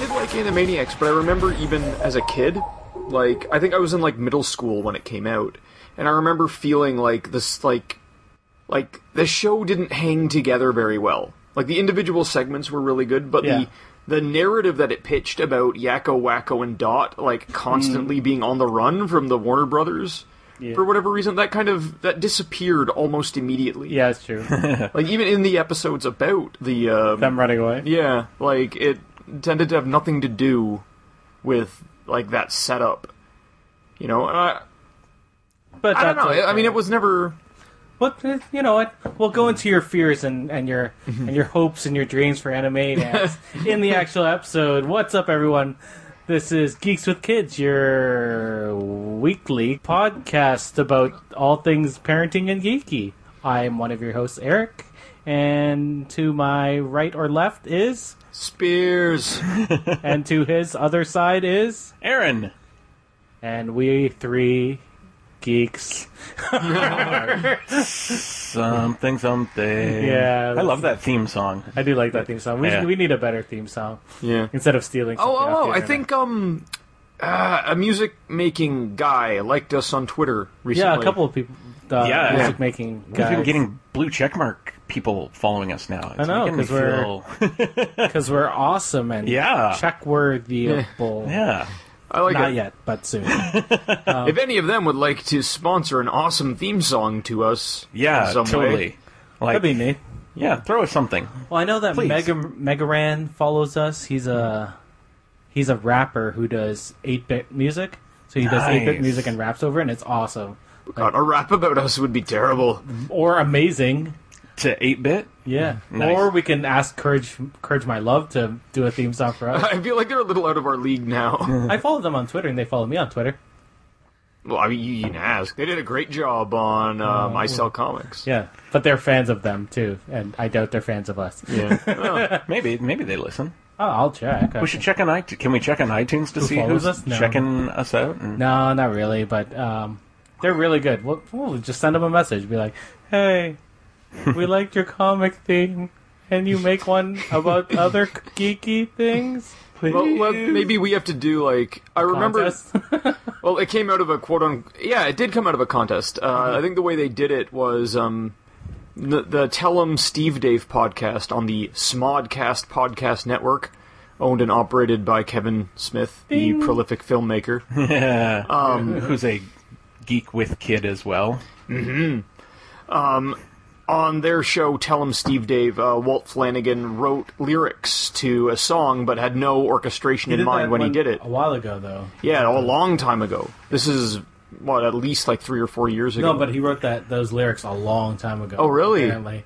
Animaniacs, but I remember even as a kid, like I think I was in like middle school when it came out, and I remember feeling like this like like the show didn't hang together very well. Like the individual segments were really good, but Yeah. the the narrative that it pitched about Yakko, Wacko, and Dot like Mm. constantly being on the run from the Warner Brothers for whatever reason, that kind of that disappeared almost immediately. Yeah, it's true. Like even in the episodes about the um, Them running away. yeah, like it tended to have nothing to do with like that setup. You know, and I, But I don't that's know. I okay. mean, it was never. But uh, you know what? We'll go into your fears and, and your Mm-hmm. and your hopes and your dreams for anime dance in the actual episode. What's up, everyone? This is Geeks with Kids, your weekly podcast about all things parenting and geeky. I'm one of your hosts, Eric, and to my right or left is, Spears. and to his other side is, Aaron. and we three geeks. Something, something. Yeah. I love that theme song. I do like that theme song. We, Yeah. we need a better theme song. Yeah. instead of stealing. Oh, something off oh, the oh! I internet. think um, uh, a music making guy liked us on Twitter recently. yeah, a couple of people. Uh, Yeah. music making We've been guys. getting blue checkmark people following us now. It's I know, making me 'cause we're- feel- because we're awesome and Yeah. check worthyable. yeah. I like Not it. yet, but soon. If any of them would like to sponsor an awesome theme song to us, Yeah, in some way, totally. Like, That'd be neat. yeah, throw us something. Well, I know that Please. Mega Megaran follows us. He's a he's a rapper who does eight bit music. So he does Nice. eight bit music and raps over, it, and it's awesome God, a rap about us would be terrible. or amazing. To 8 bit? Yeah, Nice. or we can ask Courage Courage My Love to do a theme song for us. I feel like they're a little out of our league now. I follow them on Twitter, and they follow me on Twitter. Well, I mean, you, you can ask. They did a great job on um, I Sell Comics. Oh. Yeah, but they're fans of them too, and I doubt they're fans of us. Yeah. Maybe maybe they listen. Oh, I'll check. We should check on iTunes. Can we check on iTunes to see follows who's us? No. checking us out? And No, not really, but um, they're really good. We'll, we'll just send them a message. Be like, hey, we liked your comic thing. Can you make one about other geeky things? Please. well, well, maybe we have to do like I remember. Contest? Well, it came out of a quote on. Yeah, it did come out of a contest. Uh, Uh-huh. I think the way they did it was um, the, the Tell 'em Steve Dave podcast on the Smodcast podcast network, owned and operated by Kevin Smith, Ding. the prolific filmmaker. Um, who's a geek with kid as well? on their show, Tell 'em Steve Dave, uh, Walt Flanagan wrote lyrics to a song, but had no orchestration in mind when he did it. A while ago, though. Yeah, a long time ago. This is what at least like three or four years ago. No, but he wrote that those lyrics a long time ago. Oh, really? Apparently.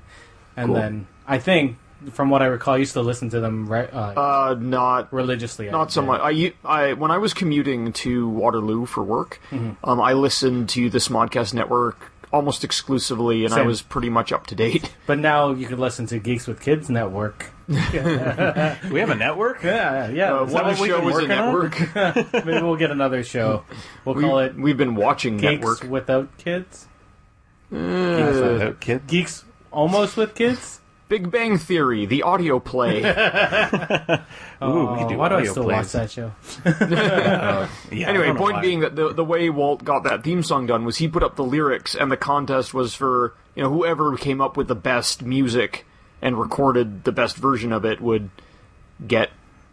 And Cool. then, I think, from what I recall, I used to listen to them re- uh, uh, not religiously. I not so did. much. I, u- I when I was commuting to Waterloo for work, Mm-hmm. um, I listened to this Modcast network almost exclusively, and I Same. was pretty much up to date. But now you can listen to Geeks with Kids Network. We have a network? Yeah, yeah. Uh, Is that one what we've show been is a working on? network. Maybe we'll get another show. We'll we, call it we've been watching Geeks network. Without Kids. Without kid? Geeks Almost with Kids. Big Bang Theory, the audio play. Ooh, we Oh, could do why do I audio still plays. watch that show? Yeah, I anyway, don't know point why. being that the the way Walt got that theme song done was he put up the lyrics, and the contest was for you know whoever came up with the best music and recorded the best version of it would get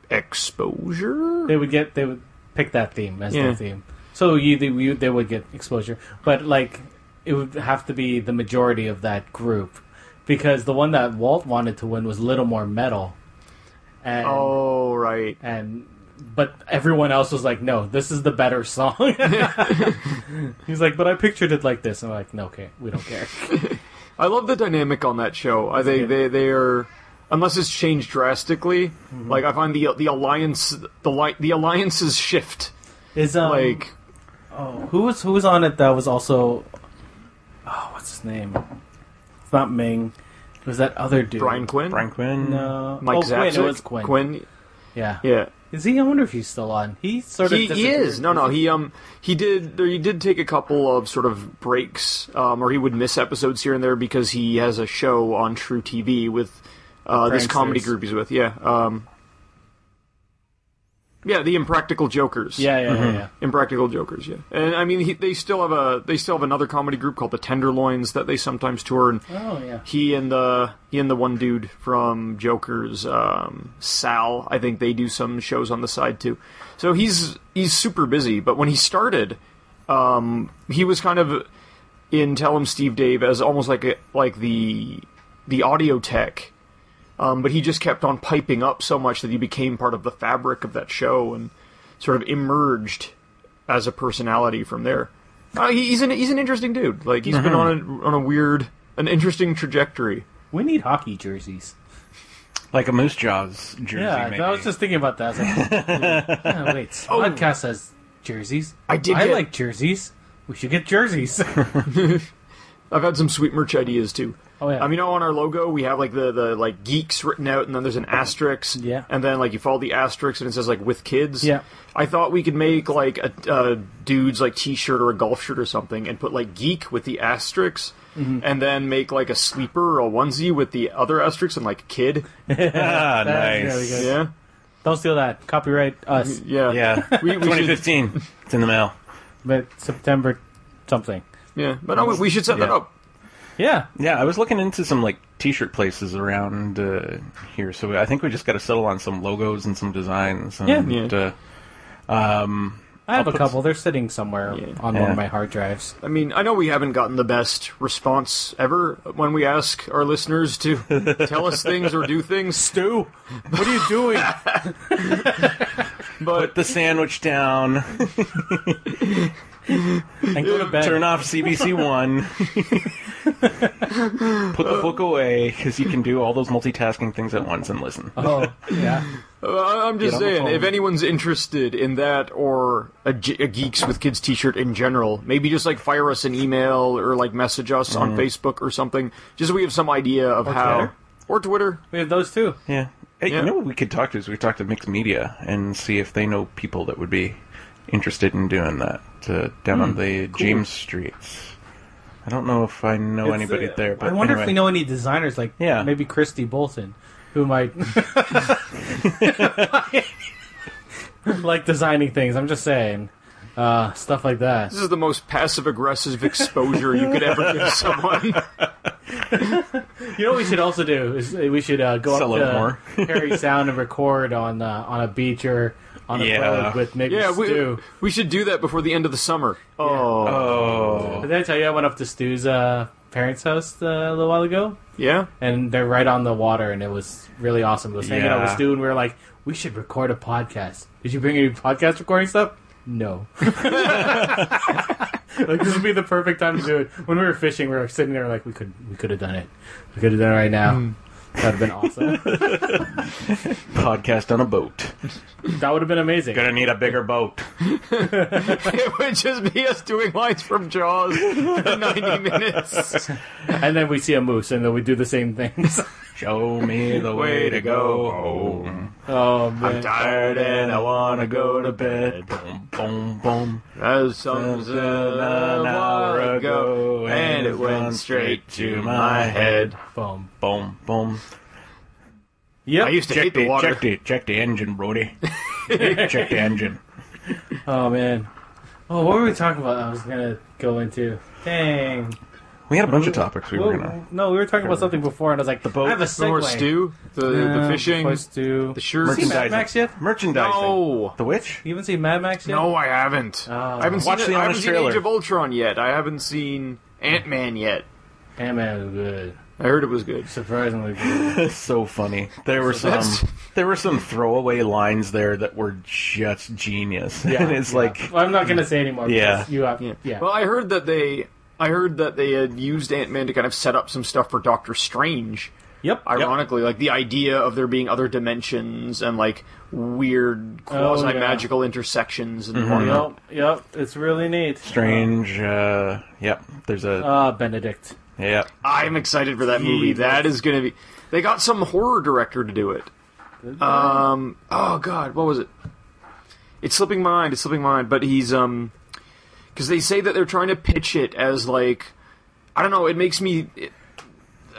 exposure. They would get they would pick that theme as Yeah. their theme. So you, they, you they would get exposure, but like it would have to be the majority of that group because the one that Walt wanted to win was Little More Metal. And, Oh right. and but everyone else was like, "No, this is the better song." He's like, "But I pictured it like this," and I'm like, "No, okay, we don't care." I love the dynamic on that show. I think they they are unless it's changed drastically. Mm-hmm. Like I find the the alliance the li- the alliances shift. Is um, Like who was who was on it that was also, oh, what's his name? It's not Ming. It was that other dude? Brian Quinn, Brian Quinn. No, Mike oh, Zaczek, Quinn. It was Quinn. Yeah. Yeah. Is he? I wonder if he's still on. He sort of He, he disappeared. is no no he um he did there he did take a couple of sort of breaks um or he would miss episodes here and there because he has a show on True TV with uh, this comedy Pranksters. group he's with yeah um Yeah, the Impractical Jokers. Yeah, yeah, yeah, yeah. Impractical Jokers. Yeah, and I mean he, they still have a they still have another comedy group called the Tenderloins that they sometimes tour. And Oh yeah. he and the he and the one dude from Joker's um, Sal, I think they do some shows on the side too. So he's he's super busy. But when he started, um, he was kind of in Tell Him Steve Dave as almost like a, like the the audio tech. Um, but he just kept on piping up so much that he became part of the fabric of that show and sort of emerged as a personality from there. Uh, he- he's an he's an interesting dude. Like he's been on Mm-hmm. a, on a weird, an interesting trajectory. We need hockey jerseys. Like a Moose Jaws jersey, Yeah, maybe. I was just thinking about that. I was like, oh, wait, podcast has jerseys. I did I get- like jerseys. We should get jerseys. I've had some sweet merch ideas too. Oh, yeah. I mean, on our logo we have like the, the like geeks written out, and then there's an asterisk. Yeah. And then like you follow the asterisk, and it says like with kids. Yeah. I thought we could make like a, a dude's like t-shirt or a golf shirt or something, and put like geek with the asterisk, Mm-hmm. and then make like a sleeper or a onesie with the other asterisk and like kid. ah, That's nice. really good. Yeah. Don't steal that. Copyright us. Yeah. Yeah, We- we should- 2015. It's in the mail. But September something. Yeah. But no, we- we should set that Yeah. up. Yeah. Yeah, I was looking into some like T-shirt places around uh, here, so I think we just got to settle on some logos and some designs. And, Yeah. Yeah. Uh, um, I have I'll a put- couple. They're sitting somewhere Yeah. on one Yeah. of my hard drives. I mean, I know we haven't gotten the best response ever when we ask our listeners to tell us things or do things, Stu, what are you doing? but put the sandwich down. and go to bed. Turn off CBC One. Put the book away because you can do all those multitasking things at once and listen. Oh, yeah. Uh, I'm just Get on the saying, phone. if anyone's interested in that or a, G- a Geeks with Kids T-shirt in general, maybe just like fire us an email or like message us on Facebook or something. Just so we have some idea of how Mm-hmm. Twitter. or Twitter. We have those too. Yeah. Hey, Yeah. You know what we could talk to is we could talk to Mixed Media and see if they know people that would be interested in doing that uh, down Hmm. on the James Streets. I don't know if I know It's, anybody uh, there, but I wonder anyway. if we know any designers like Yeah. maybe Christy Bolton, who might like designing things. I'm just saying uh, stuff like that. This is the most passive aggressive exposure you could ever give someone. You know what we should also do is uh, we should uh, go Sell it up more. to Harry Sound and record on uh, on a beach or on a Yeah. road with maybe yeah, we, Stu. we should do that before the end of the summer. Oh, Oh, Did I tell you I went up to Stu's uh, parents' house uh, a little while ago? yeah. and they're right on the water, and it was really awesome. I was hanging out with Yeah. Stu, and we were like, we should record a podcast. Did you bring any podcast recording stuff? No. like this would be the perfect time to do it. When we were fishing, we were sitting there like we could we could have done it. We could have done it right now. That'd have been awesome. podcast on a boat. that would have been amazing. Gonna need a bigger boat. it would just be us doing lines from Jaws for 90 minutes. And then we see a moose, and then we do the same things. Show me the way to go home. oh man. I'm tired and I wanna go to bed. Boom, boom, boom. As something an hour ago, and it went straight to my head. Boom. Boom, boom. I Yep. used to Check hate the the, water. check the check the engine, Brody. check the engine. Oh man. Oh, what were we talking about? I was gonna go into. Dang. We had a bunch of topics we were Well, gonna. No, we were talking about something before, and I was like, the boat, I have a The segue. more stew, the, Uh, the fishing, before stew. the shirts. See Mad Merchandising. Max yet? Merchandising. No, The witch? You haven't seen Mad Max yet? no, I haven't. I haven't Watch seen, it- I the haven't honest seen trailer. Age of Ultron yet. I haven't seen Ant Man yet. Batman was good. I heard it was good. Surprisingly good. That's so funny. There were some that's- there were some throwaway lines there that were just genius. and it's like Well, I'm not going to say anymore. Yeah. because You have, yeah. Well, I heard that they, I heard that they had used Ant Man to kind of set up some stuff for Doctor Strange. yep. Ironically, like the idea of there being other dimensions and like weird Oh, yeah. Mm-hmm. quasi magical intersections and whatnot. Yep. Yep. It's really neat. strange uh yep. There's a Ah, Benedict. yep. I'm excited for that movie. That is going to be. They got some horror director to do it. Um. Oh God, what was it? It's slipping my mind. It's slipping my mind. But he's um, because they say that they're trying to pitch it as like, I don't know. It makes me. It,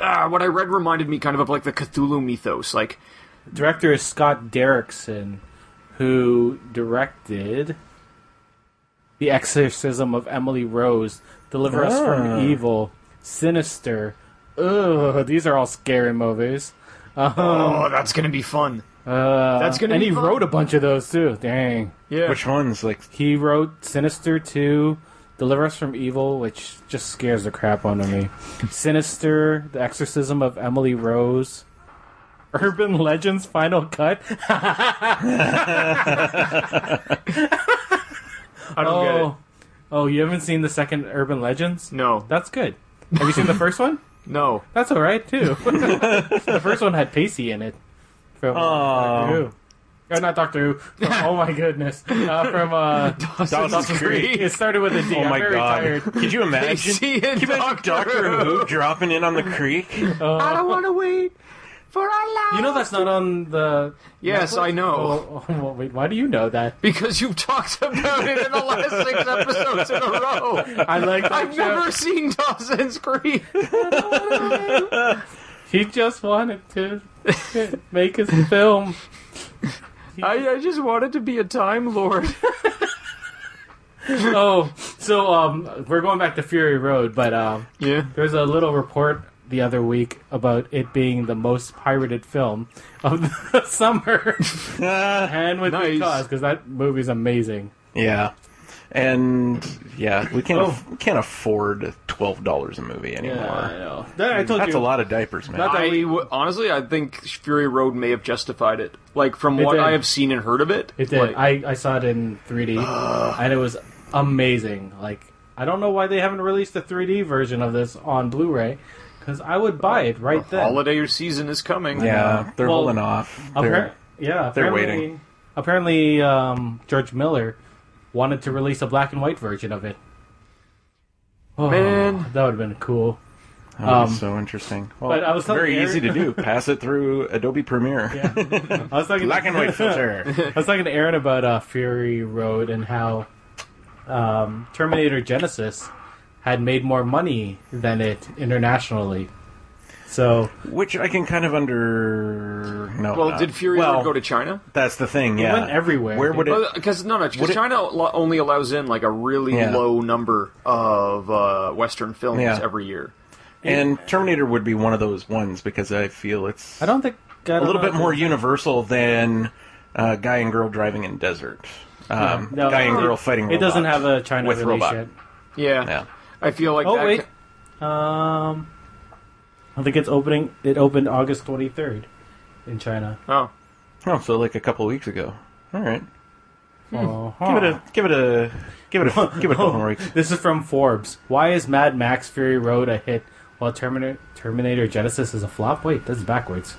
ah, what I read reminded me kind of of like the Cthulhu mythos. Like, Director is Scott Derrickson, who directed The Exorcism of Emily Rose, Deliver Us Ah. from Evil, Sinister. Ugh, these are all scary movies. Um, Oh, that's gonna be fun. Uh, That's gonna and be he fun. wrote a bunch of those too. Dang. Yeah. Which ones? Like, He wrote Sinister 2, Deliver Us from Evil, which just scares the crap out of me. Sinister, The Exorcism of Emily Rose, Urban Legends Final Cut. I don't get it. oh, oh, you haven't seen the second Urban Legends? No. That's good. Have you seen the first one? no. That's all right too. the first one had Pacey in it. From uh, Oh. Doctor Who. Oh, not Doctor Who. From, oh my goodness. Uh, from uh, Dawson's Creek. It started with a D. oh I'm my very god! tired. Could you imagine? see in Could you imagine Doctor Doctor Who dropping in on the creek? I don't want to wait for our lives. You know that's not on the. Yes, Netflix? I know. Oh, oh, well, wait, why do you know that? because you've talked about it in the last six episodes in a row. I like. That I've joke. never seen Dawson's Creek. He just wanted to make his film. I, I just wanted to be a time lord. Oh, so um, we're going back to Fury Road, but um, Yeah. There's a little report the other week about it being the most pirated film of the summer, Ah. and with Nice. good cause because that movie's amazing. Yeah, and yeah, we can't Oh. we can't afford twelve dollars a movie anymore. know. That, I told That's you. a lot of diapers, man. Not that- I w- honestly, I think Fury Road may have justified it. Like from It what did. I have seen and heard of it, It did. like- I, I saw it in 3D, and it was amazing. Like I don't know why they haven't released a 3D version of this on Blu-ray, because I would buy it right then. holiday season is coming. yeah, they're Well, holding off. Appar- They're, yeah, they're apparently- waiting. Apparently, um, George Miller wanted to release a black and white version of it. Oh, Man. that would have been cool. that would be um, so interesting. Well, but I was telling very Eric- easy to do. Pass it through Adobe Premiere. Yeah. I was talking Black and white filter. I was talking to Aaron about uh, Fury Road and how um, Terminator Genesis had made more money than it internationally. So Which I can kind of under. No. Well, Uh, not- did Fury well, Road go to China? That's the thing. Yeah, went everywhere, Where dude. would it? Because no, no, 'cause Would it- China lo- only allows in like a really Yeah. low number of uh, Western films Yeah. every year. And Terminator would be one of those ones because I feel it's I don't think I a don't little know bit if more it's- universal than uh, guy and girl driving in desert. Um, No, guy and it- girl fighting. It doesn't robots. have a China with release robot. yet. Yeah, Yeah. I feel like. Oh that wait, um, I think it's opening. It opened August twenty third in China. oh, Oh, so like a couple weeks ago. All right. Uh-huh. Hmm. Oh, Give it a give it a give it a give it a couple more weeks. This is from Forbes. Why is Mad Max Fury Road a hit while Terminator Terminator Genesis is a flop? Wait, that's backwards.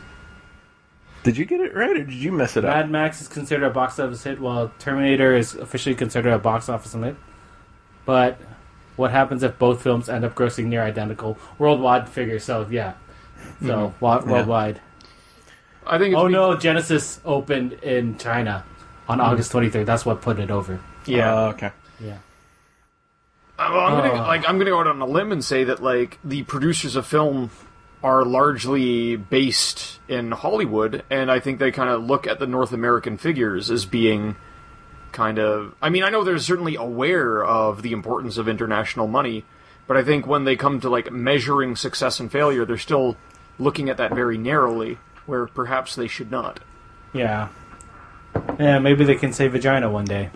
Did you get it right or did you mess it up? Mad Max is considered a box office hit while Terminator is officially considered a box office hit. But what happens if both films end up grossing near identical worldwide figures? So yeah, so Hmm. wa- worldwide. I think. It's Oh be- no, Genesis opened in China on August 23rd. That's what put it over. Yeah, Uh, okay. Yeah. Uh, well, I'm gonna Uh. like I'm gonna go out on a limb and say that like the producers of film are largely based in Hollywood, and I think they kind of look at the North American figures as being kind of. I mean, I know they're certainly aware of the importance of international money, but I think when they come to like measuring success and failure, they're still looking at that very narrowly, where perhaps they should not. Yeah. Yeah, maybe they can say vagina one day.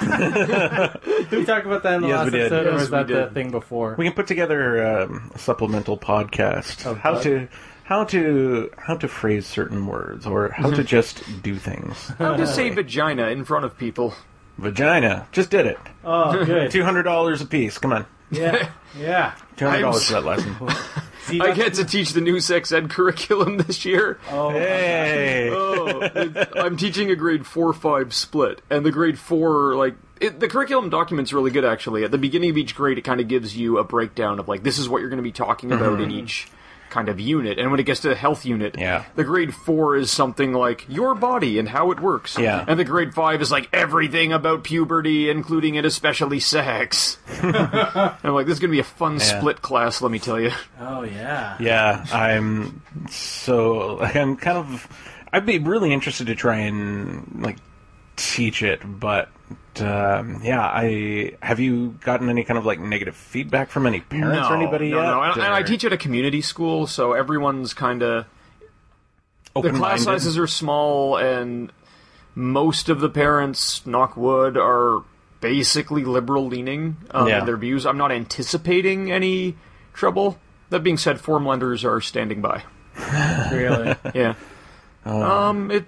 did we talk about that in the Yes, last we did. episode, or Yes, was we that the did. thing before? We can put together um, a supplemental podcast. Oh, how God. to how to how to phrase certain words or how Mm-hmm. to just do things. How to say vagina in front of people? Vagina. Just did it. Oh, good. Two hundred dollars a piece. Come on. yeah, yeah. Two hundred I'm dollars s- for that lesson. See, I that's- get to teach the new sex ed curriculum this year. Oh, hey. oh, I'm teaching a grade four five split, and the grade four like it, the curriculum document's really good actually. At the beginning of each grade, it kind of gives you a breakdown of like this is what you're going to be talking about in each kind of unit, and when it gets to the health unit, Mm-hmm. Yeah. the grade four is something like your body and how it works, Yeah. and the grade five is like everything about puberty, including and especially sex. And I'm like, this is going to be a fun split class, let me tell you. oh, yeah. Yeah, I'm so I'm kind of I'd be really interested to try and like teach it, but um, yeah, I have you gotten any kind of like negative feedback from any parents or anybody no, yet? no. And, and I or teach at a community school, so everyone's kind of the class open-minded? sizes are small, and most of the parents, knock wood, are basically liberal leaning um, Yeah. in their views. I'm not anticipating any trouble. That being said, form lenders are standing by. really. Yeah. um, it.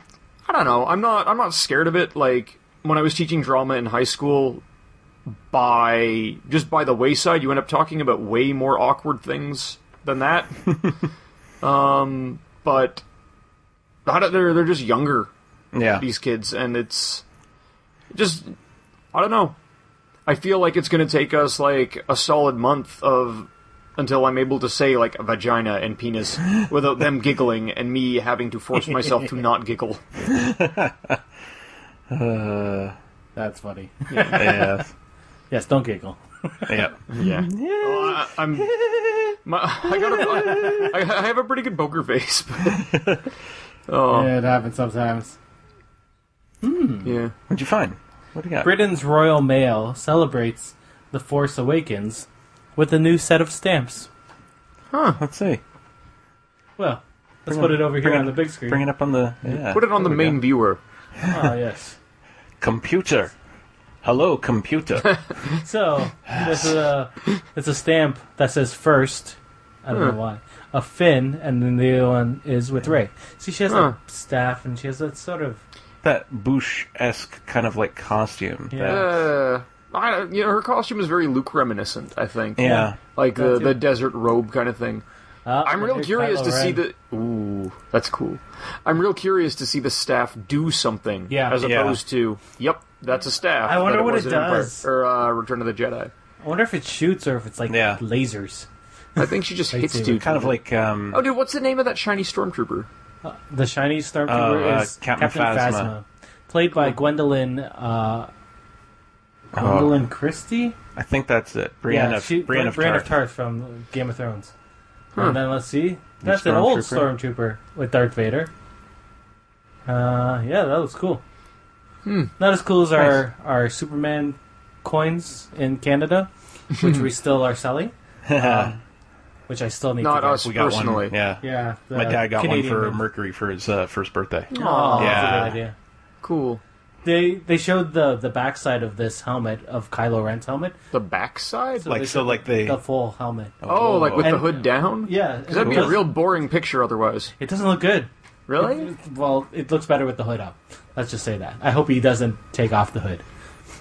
I don't know. I'm not. I'm not scared of it. Like when I was teaching drama in high school, by just by the wayside, you end up talking about way more awkward things than that. um, but I don't, they're they're just younger yeah. these kids, and it's just I don't know. I feel like it's going to take us like a solid month of until I'm able to say like vagina and penis without them giggling and me having to force myself to not giggle. That's funny. yeah. Yes, don't giggle. Yeah. Yeah, Well, Oh, I, I'm. My, I got a, I, I have a pretty good poker face. But, oh Yeah, it happens sometimes. Hmm. yeah. What'd you find? What do you got? Britain's Royal Mail celebrates The Force Awakens with a new set of stamps. Let's see. Well, let's Bring put it- it over here bring it- on the big screen. Bring it up on the. Yeah. Put it on the There we go. main viewer. Ah, yes. computer. Hello, computer. So this is a it's a stamp that says first. I don't know why. A fin, and then the other one is with Ray. See, she has Huh. a staff, and she has that sort of that Bush esque kind of like costume. Yeah. that- Uh, I, you know, her costume is very Luke reminiscent. I think. yeah. Like the, That's it. the desert robe kind of thing. Uh, I'm real here's curious Kylo to see Ren. the. Ooh, that's cool. I'm real curious to see the staff do something. Yeah. As Yeah. opposed to, yep, that's a staff. I wonder but what was it in Empire- does. Or uh, Return of the Jedi. I wonder if it shoots or if it's like Yeah. lasers. I think she just hits Lightsaber. dude. Kind of like um, Oh, dude, what's the name of that shiny stormtrooper? Uh, The shiny stormtrooper Oh, uh, is Captain Captain, Phasma. Oh. Phasma. played Oh. by Gwendolyn uh, Gwendolyn Christie. I think that's it. Brienne yeah, of she, Brienne Brienne, of of Tarth Tarth. from Game of Thrones. And then let's see, that's an Stormtrooper. old stormtrooper with Darth Vader. Uh, yeah, that looks cool. Not as cool as our our Superman coins in Canada, which we still are selling. Um, which I still need. Not to get. us We got personally. one. Yeah. Yeah, the My dad got Canadian one for ones. Mercury for his uh, first birthday. Oh, Yeah. that's a good idea. Cool. They they showed the the backside of this helmet of Kylo Ren's helmet, The backside? So- Like they so, should- like they. the full helmet. oh, like with the And- hood down? Yeah, Because that'd it be a does- real boring picture otherwise. It doesn't look good. Really? Well, it looks better with the hood up. Let's just say that. I hope he doesn't take off the hood,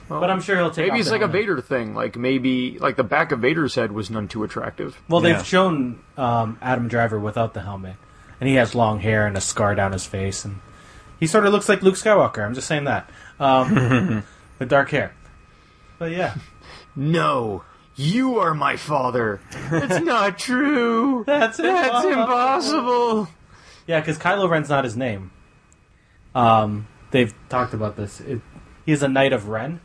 but I'm sure he'll take. Maybe off it's the like a helmet. Vader thing. Like maybe like the back of Vader's head was none too attractive. Well, Yeah. they've shown um, Adam Driver without the helmet, and he has long hair and a scar down his face, and he sort of looks like Luke Skywalker. I'm just saying that um, with dark hair. But yeah, No, you are my father. It's not true. that's it. That's Mama. impossible. Yeah, because Kylo Ren's not his name. Um, they've talked about this. It, he's a Knight of Ren,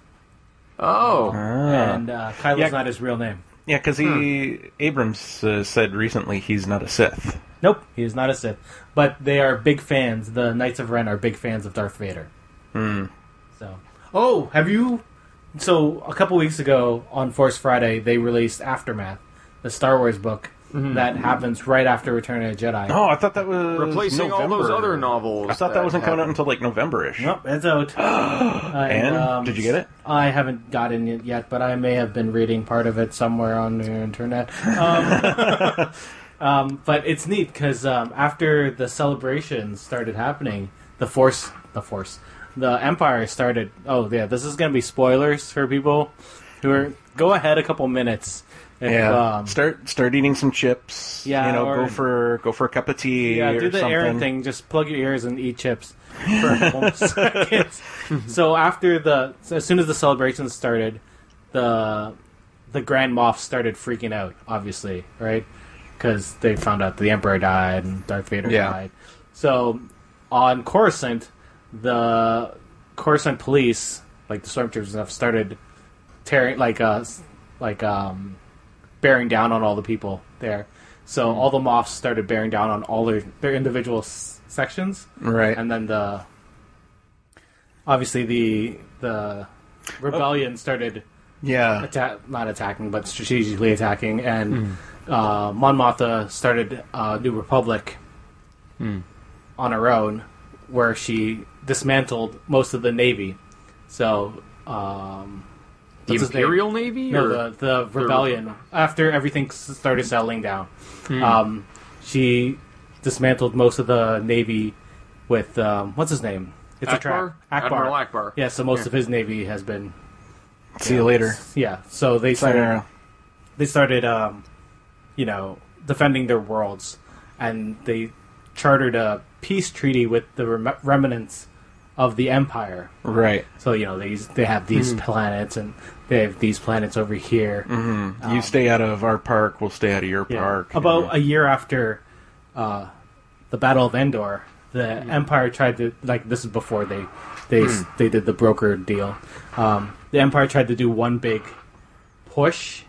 Oh, Ah. and uh, Kylo's Yeah. not his real name. Yeah, because he Hmm. Abrams uh, said recently he's not a Sith. Nope, he is not a Sith. But they are big fans. The Knights of Ren are big fans of Darth Vader. Hmm. So, oh, have you? So a couple weeks ago on Force Friday, they released Aftermath, the Star Wars book that happens right after Return of the Jedi. Oh, I thought that was replacing all those November. other novels. I thought that, wasn't coming out until like November-ish. Nope, it's out. Uh, I, And? um, Did you get it? I haven't gotten it yet, but I may have been reading part of it somewhere on the internet. Um, um, but it's neat because um, after the celebrations started happening, the force, the force, the empire started. Oh yeah, this is going to be spoilers for people who are go ahead a couple minutes. If, Yeah, um, start start eating some chips. Yeah, you know, or- go for go for a cup of tea. Yeah, or do the something. Aaron thing. Just plug your ears and eat chips for a couple seconds. So after the, so as soon as the celebrations started, the the Grand Moff started freaking out. Obviously, right? Because they found out the Emperor died and Darth Vader Yeah. died. So on Coruscant, the Coruscant police, like the stormtroopers and stuff, started tearing like uh s- like um bearing down on all the people there. So all the moths started bearing down on all their their individual s- sections, Right. and then the obviously the the rebellion started Yeah. atta- not attacking, but strategically attacking, and Hmm. uh, Mon Mothma started uh, New Republic Hmm. on her own, where she dismantled most of the navy. So, um, The what's his name? Imperial Navy? No, or- the, the rebellion. After everything s- started settling down, Hmm. um, she dismantled most of the navy with um, what's his name? It's Akbar? a trap. Admiral Akbar. Yeah, so most of his navy has been. See you later. Yeah, so they started. Sayonara. They started, um, you know, defending their worlds, and they chartered a peace treaty with the rem- remnants of the empire. Right. So you know these they have Hmm. these planets, and they have these planets over here. you stay out of our park, we'll stay out of your Um, Yeah. park. About a year after uh, the Battle of Endor, the Empire tried to like this is before they they s Hmm. they did the broker deal. Um, the Empire tried to do one big push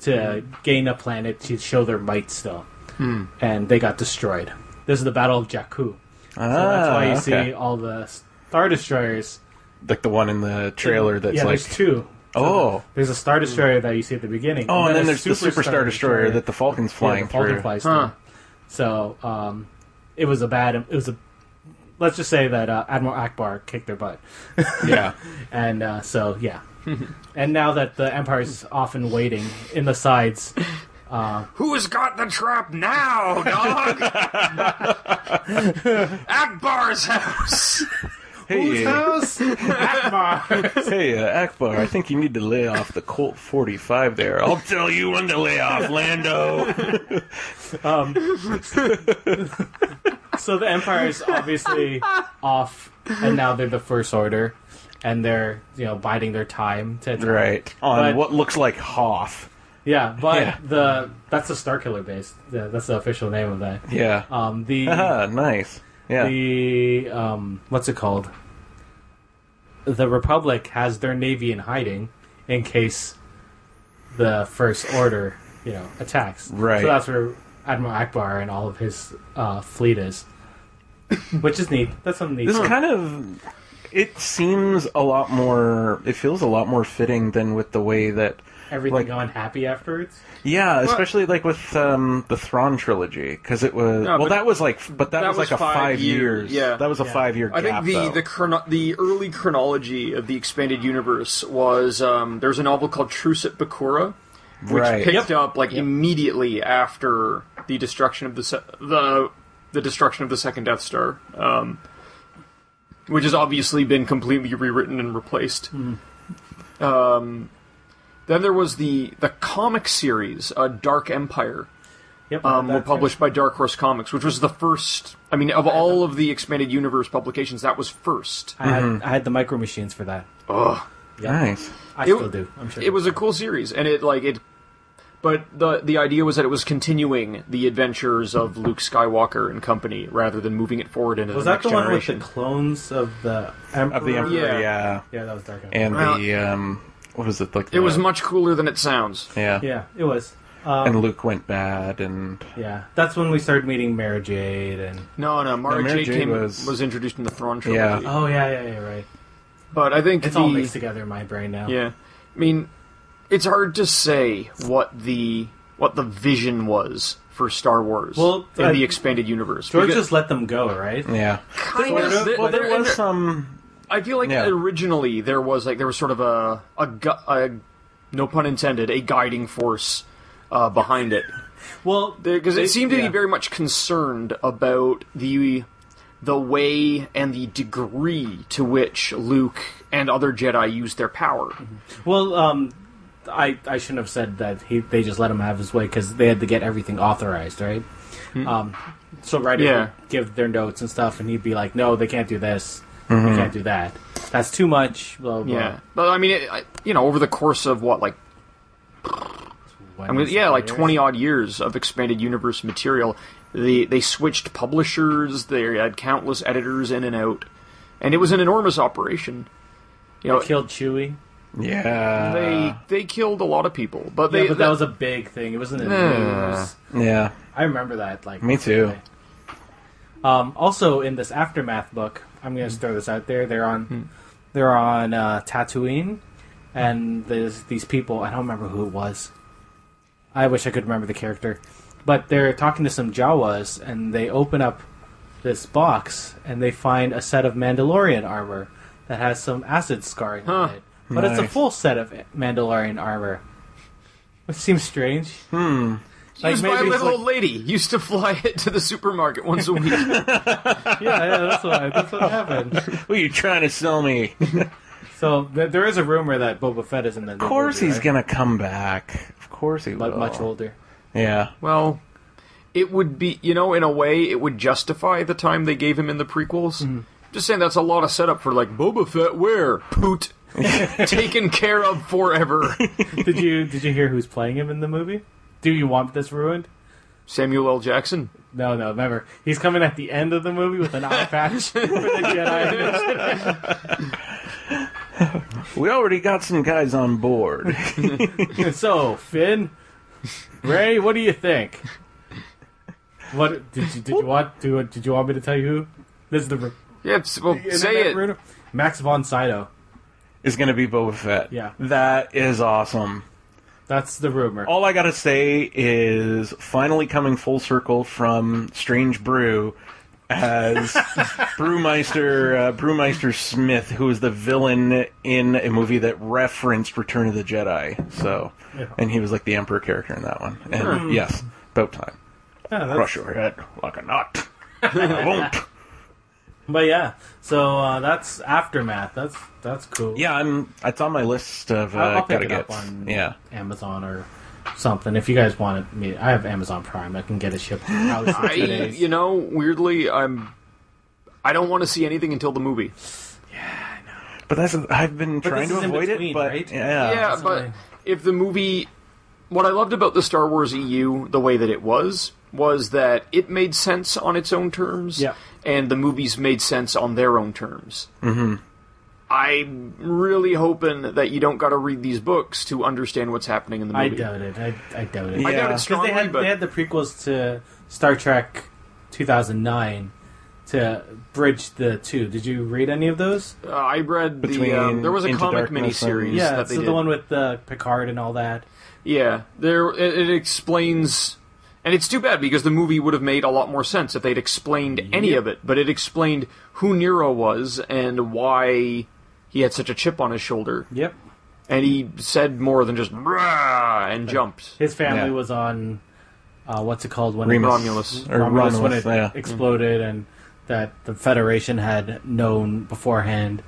to gain a planet to show their might still, Hmm. and they got destroyed. This is the Battle of Jakku, ah, so that's why you okay. see all the Star Destroyers. like the one in the trailer that's yeah, like there's two. oh There's a Star Destroyer that you see at the beginning. oh, and then a there's the Super Star Destroyer, that the Falcon's flying yeah, the Falcon through. flies Huh. through. So um, it was a bad. It was a. Let's just say that uh, Admiral Akbar kicked their butt, Yeah, and uh, so yeah. and now that the Empire's often waiting in the sides, Who's got the trap now, dog? Akbar's house! hey, uh, Whose house? Akbar. hey, uh, Akbar, I think you need to lay off the Colt 45 there. I'll tell you when to lay off, Lando. so the Empire's obviously off, and now they're the First Order, and they're you know biding their time to attack. right on But- what looks like Hoth. Yeah, but Yeah. the that's the Star Killer base. The, that's the official name of that. Yeah, Um, the ah, nice. Yeah, the um, what's it called? The Republic has their navy in hiding in case the First Order, you know, attacks. Right. So that's where Admiral Akbar and all of his uh, fleet is, which is neat. That's something neat. This kind of it seems a lot more. It feels a lot more fitting than with the way that. Everything like- gone happy afterwards. Yeah, especially like with um, the Thrawn trilogy because it was No, well but- that was like but that, that was, was like a five five years, years. yeah. that was a Yeah. five year I gap. think the though. the, chrono- the early chronology of the expanded universe was um, there's a novel called Truce at Bakura, which Right. picked up like immediately after the destruction of the se- the the destruction of the second Death Star, um, which has obviously been completely rewritten and replaced. Um, then there was the the comic series, uh, Dark Empire, Yep. um, were that's published by Dark Horse Comics, which was the first. I mean, of all of the expanded universe publications, that was first. it. I had, I had the micro machines for that. Ugh. nice. I It- still do. I'm sure. It was a cool series, and it like it. But the the idea was that it was continuing the adventures of Luke Skywalker and company, rather than moving it forward into Was the that next the one with the generation. clones of the Emperor? Of the Emperor, Yeah. yeah, Yeah, that was Dark Emperor. and Well- the um, what was it like? it was the- much cooler than it sounds. yeah, yeah, it was. and Luke went bad, and Yeah, that's when we started meeting Mara Jade and. No, no, Mara, Mara Jade, Jade came, was... was- introduced in the Thrawn trilogy. Oh yeah, yeah, yeah, right. But I think It's the, all mixed together in my brain now. Yeah, I mean, it's hard to say what the what the vision was for Star Wars Well, in uh, the expanded universe. George Because- just let them go, right? yeah. kind Well, of. there, well, there they're- was some. I feel like Yeah. originally there was like there was sort of a a, gu- a no pun intended a guiding force uh, behind it Well, because it They- seemed to be yeah. very much concerned about the the way and the degree to which Luke and other Jedi used their power. well, um, I I shouldn't have said that. He they just let him have his way because they had to get everything authorized, right? Um, so writers Hmm. Yeah. would give their notes and stuff, and he'd be like, "No, they can't do this. They can't do that. That's too much." Blah blah. Mm-hmm. Yeah, but I mean, it, I, you know, over the course of what like blah. I mean, yeah, like Years. twenty odd years of expanded universe material. They they switched publishers. They had countless editors in and out, and it was an enormous operation. You know, killed Chewie. Yeah, they they killed a lot of people, but they yeah, but that, was a big thing. It wasn't in the Yeah. news. yeah. I remember that. Like Me too. Hmm. Um, also, in this aftermath book, I'm going to throw this out there. They're on They're on uh, Tatooine, and there's these people. I don't remember who it was. I wish I could remember the character, but they're talking to some Jawas, and they open up this box, and they find a set of Mandalorian armor that has some acid scarring on Huh. it. But it's a Nice. full set of Mandalorian armor, which seems strange. Like, Hmm. Used by a maybe it's little like- old lady. Used to fly it to the supermarket once a week. yeah, yeah, that's what that's what happened. What are you trying to sell me? of So th- there is a rumor that Boba Fett is in the. Of course he's gonna come back. Of course he but will. much older. Yeah. well, it would be, you know, in a way, it would justify the time they gave him in the prequels. Mm-hmm. Just saying, that's a lot of setup for like Boba Fett. Where poot taken care of forever. did you did you hear who's playing him in the movie? Do you want this ruined? Samuel L. Jackson. No, no. Remember, he's coming at the end of the movie with an eye patch for the Jedi. We already got some guys on board. so Finn, Ray, what do you think? What did you did you want to did you want me to tell you who? This is the ru- Yeah, s- well, say internet it. rumor. Max von Sydow. Is gonna be Boba Fett. Yeah. That is awesome. That's the rumor. All I gotta say is finally coming full circle from Strange Brew as Brewmeister uh, Brewmeister Smith, who was the villain in a movie that referenced Return of the Jedi. So, and he was like the Emperor character in that one. And yes, about time. Yeah, Hmm. that's- Crush your head like a nut. I won't. But yeah, so uh, that's aftermath. That's that's cool. Yeah, I'm. It's on my list of uh, I'll- I'll pick gotta it up get. on- Yeah, Amazon or something. If you guys want it, me, I have Amazon Prime. I can get it shipped to your house in I, two days. you know, weirdly, I'm. I don't want to see anything until the movie. but that's. I've been this trying to is in avoid between, it, but right? yeah, yeah, Absolutely. but if the movie, what I loved about the Star Wars EU, the way that it was, was that it made sense on its own terms, Yeah. and the movies made sense on their own terms. Mm-hmm. I'm really hoping that you don't got to read these books to understand what's happening in the I movie. doubt it. I, I doubt it. I doubt it Yeah. 'Cause Because strongly, they had but they had the prequels to Star Trek 2009 to bridge the two. Did you read any of those? uh, I read Between the um, there was a Into comic Darkness and- miniseries Yeah, that they so did. the one with uh, Picard and all that. Yeah, there it, it explains, and it's too bad because the movie would have made a lot more sense if they'd explained any of it. But it explained who Nero was and why he had such a chip on his shoulder, Yep. and he said more than just "Rah!" and jumped. His family Yeah. was on uh, what's it called when it- Remus. Romulus. or Romulus, Romulus. when it yeah. exploded and that the Federation had known beforehand.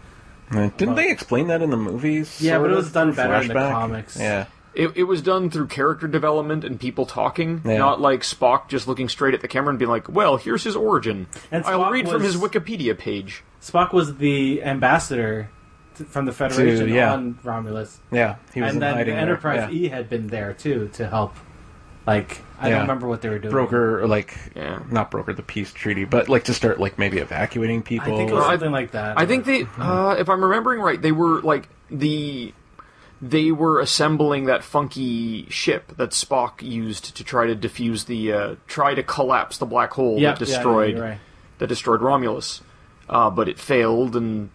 Didn't they explain that in the movies? Yeah, but sort it was of? done better in the Flashback? comics. Yeah, It, it was done through character development and people talking, Yeah. not like Spock just looking straight at the camera and being like, "Well, here's his origin." And I'll Spock read from was- his Wikipedia page. Spock was the ambassador t- from the Federation To- yeah. on Romulus, yeah. He was and then hiding the there, Enterprise yeah. E had been there too to help. Like I Yeah. don't remember what they were doing. broker, or, like eh, Yeah. not broker the peace treaty, but like to start like maybe evacuating I people. think it was I- something like that. I think they, uh, if I'm remembering right, they were like the they were assembling that funky ship that Spock used to try to defuse the uh, try to collapse the black hole yeah, that destroyed Yeah, you're right. that destroyed Romulus, uh, but it failed and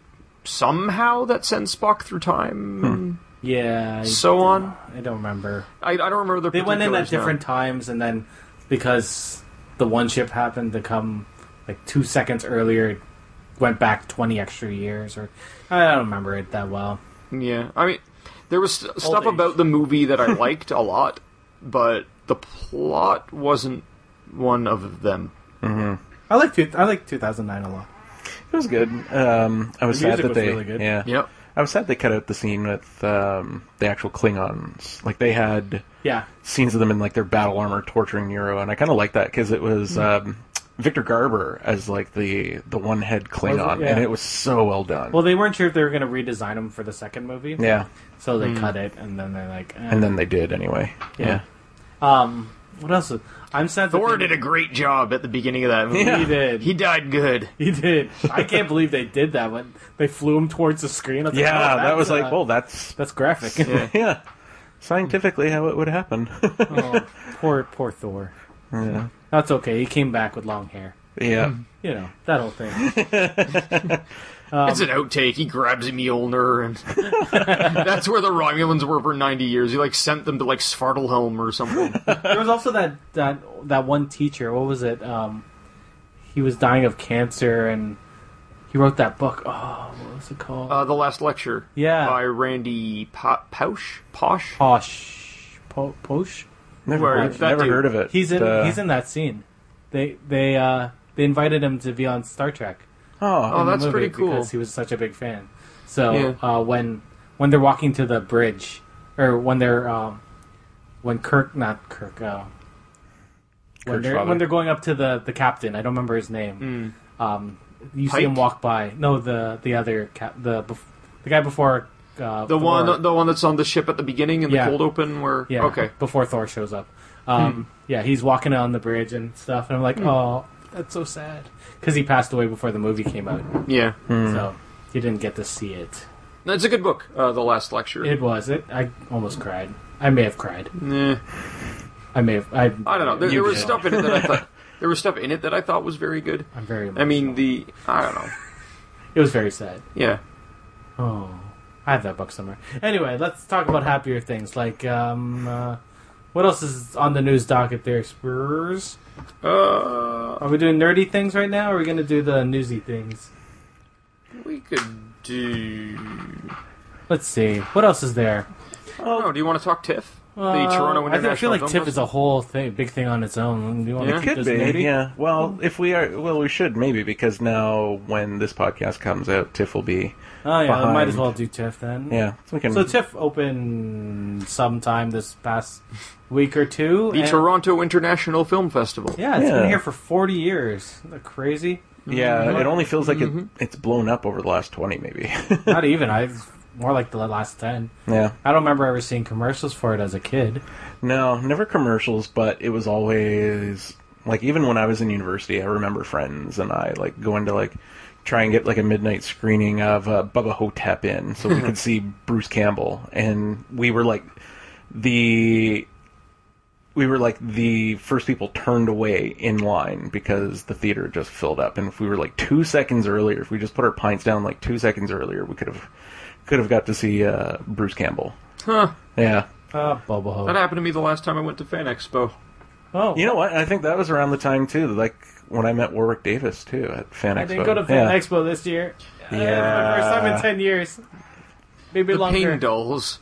somehow that sent Spock through time yeah I, and so on. I don't remember. I, I don't remember the They went in at particulars now. different times, and then because the one ship happened to come like two seconds earlier, it went back twenty extra years, or I don't remember it that well. Yeah, I mean, there was st- stuff age. about the movie that I liked a lot, but the plot wasn't one of them. I like two, I like two thousand nine a lot. It was good. Um, I was The sad music that was they. really good. Yeah. Yep. I was sad they cut out the scene with um, the actual Klingons. Like they had Yeah, scenes of them in like their battle armor torturing Nero, and I kind of like that because it Hmm. was um, Victor Garber as like the the one head Klingon, Yeah. and it was so well done. Well, they weren't sure if they were going to redesign him for the second movie, yeah, so they cut it, and then they're like, eh. and then they did anyway. Yeah, um, what else? is- I'm sad. that Thor they- did a great job at the beginning of that movie. Yeah. He did. He He, died good. did. I can't believe they did that when they flew him towards the screen. I was yeah, like, oh, that was that's, like, uh, well, that's that's graphic. yeah, scientifically how it would happen. oh, poor, poor Thor. yeah, That's okay. He came back with long hair. yeah. You know that whole thing. it's an outtake. He grabs Mjolnir, and that's where the Romulans were for ninety years. He like sent them to like Svartalhelm or something. There was also that that that one teacher. What was it? Um, he was dying of cancer, and he wrote that book. Oh, what was it called? Uh, the last lecture, Yeah. by Randy pa- Pausch. Posh. Posh, po- Posh. Never, Where heard, that never dude- heard of it. He's in. Uh, he's in that scene. They they uh they invited him to be on Star Trek. Oh, Oh, that's the movie pretty cool. Because he was such a big fan. So Yeah. uh, when when they're walking to the bridge, or when they're um, when Kirk, not Kirk, uh, when Kirk's they're father. when they're going up to the the captain, I don't remember his name. Um, you see him Hmm. Pike? walk by. No, the the other cap, the bef- the guy before uh, The Thor. one, the one that's on the ship at the beginning in the Yeah. cold open, where Yeah, okay, Hmm. before Thor shows up. Um, Yeah, he's walking on the bridge and stuff, and I'm like, oh, that's so sad because he passed away before the movie came out, yeah, hmm. so you didn't get to see it. that's a good book. Uh, the last lecture. It was. It. I almost cried. I may have cried. Nah. I may have. I, I don't know. There, You there was did. stuff in it that I thought there was stuff in it that I thought was very good. I'm very. Emotional. I mean, the I don't know. it was very sad. Yeah, Oh, I have that book somewhere. Anyway, let's talk about happier things. Like, um, uh, what else is on the news docket there, Spurs? uh, Are we doing nerdy things right now? Or are we gonna do the newsy things? we could do. Let's see. What else is there? Oh, do you want to talk TIFF? the Uh, Toronto I, International. feel- I feel like Film TIFF is Festival? a whole thing, big thing on its own. Do you want Yeah. to could be. Yeah. Well, Hmm. if we are, well, we should maybe because now when this podcast comes out, Tiff will be. Oh yeah, we might Behind. as well do TIFF then. Yeah, so we can. So TIFF opened sometime this past week or two. the and- Toronto International Film Festival. Yeah, it's been Yeah. here for 40 years. Isn't that crazy? yeah, Mm-hmm. it only feels like it, it's blown up over the last twenty, maybe. Not even. I more like the last 10. yeah. I don't remember ever seeing commercials for it as a kid. No, never commercials, but it was always like even when I was in university, I remember friends and I like going to like try and get like a midnight screening of uh, Bubba Hotep in so we could see Bruce Campbell, and we were like the we were like the first people turned away in line because the theater just filled up and if we were like 2 seconds earlier if we just put our pints down like 2 seconds earlier we could have could have got to see uh, Bruce Campbell. Huh. Yeah. Ah, Bubble That Ho. happened to me the last time I went to Fan Expo. Oh, You know what? I think that was around the time too, like when I met Warwick Davis too at Fan Expo. I didn't go to Fan yeah. Expo this year. Uh, Yeah. first time in 10 years. Maybe The longer. Pain Dolls.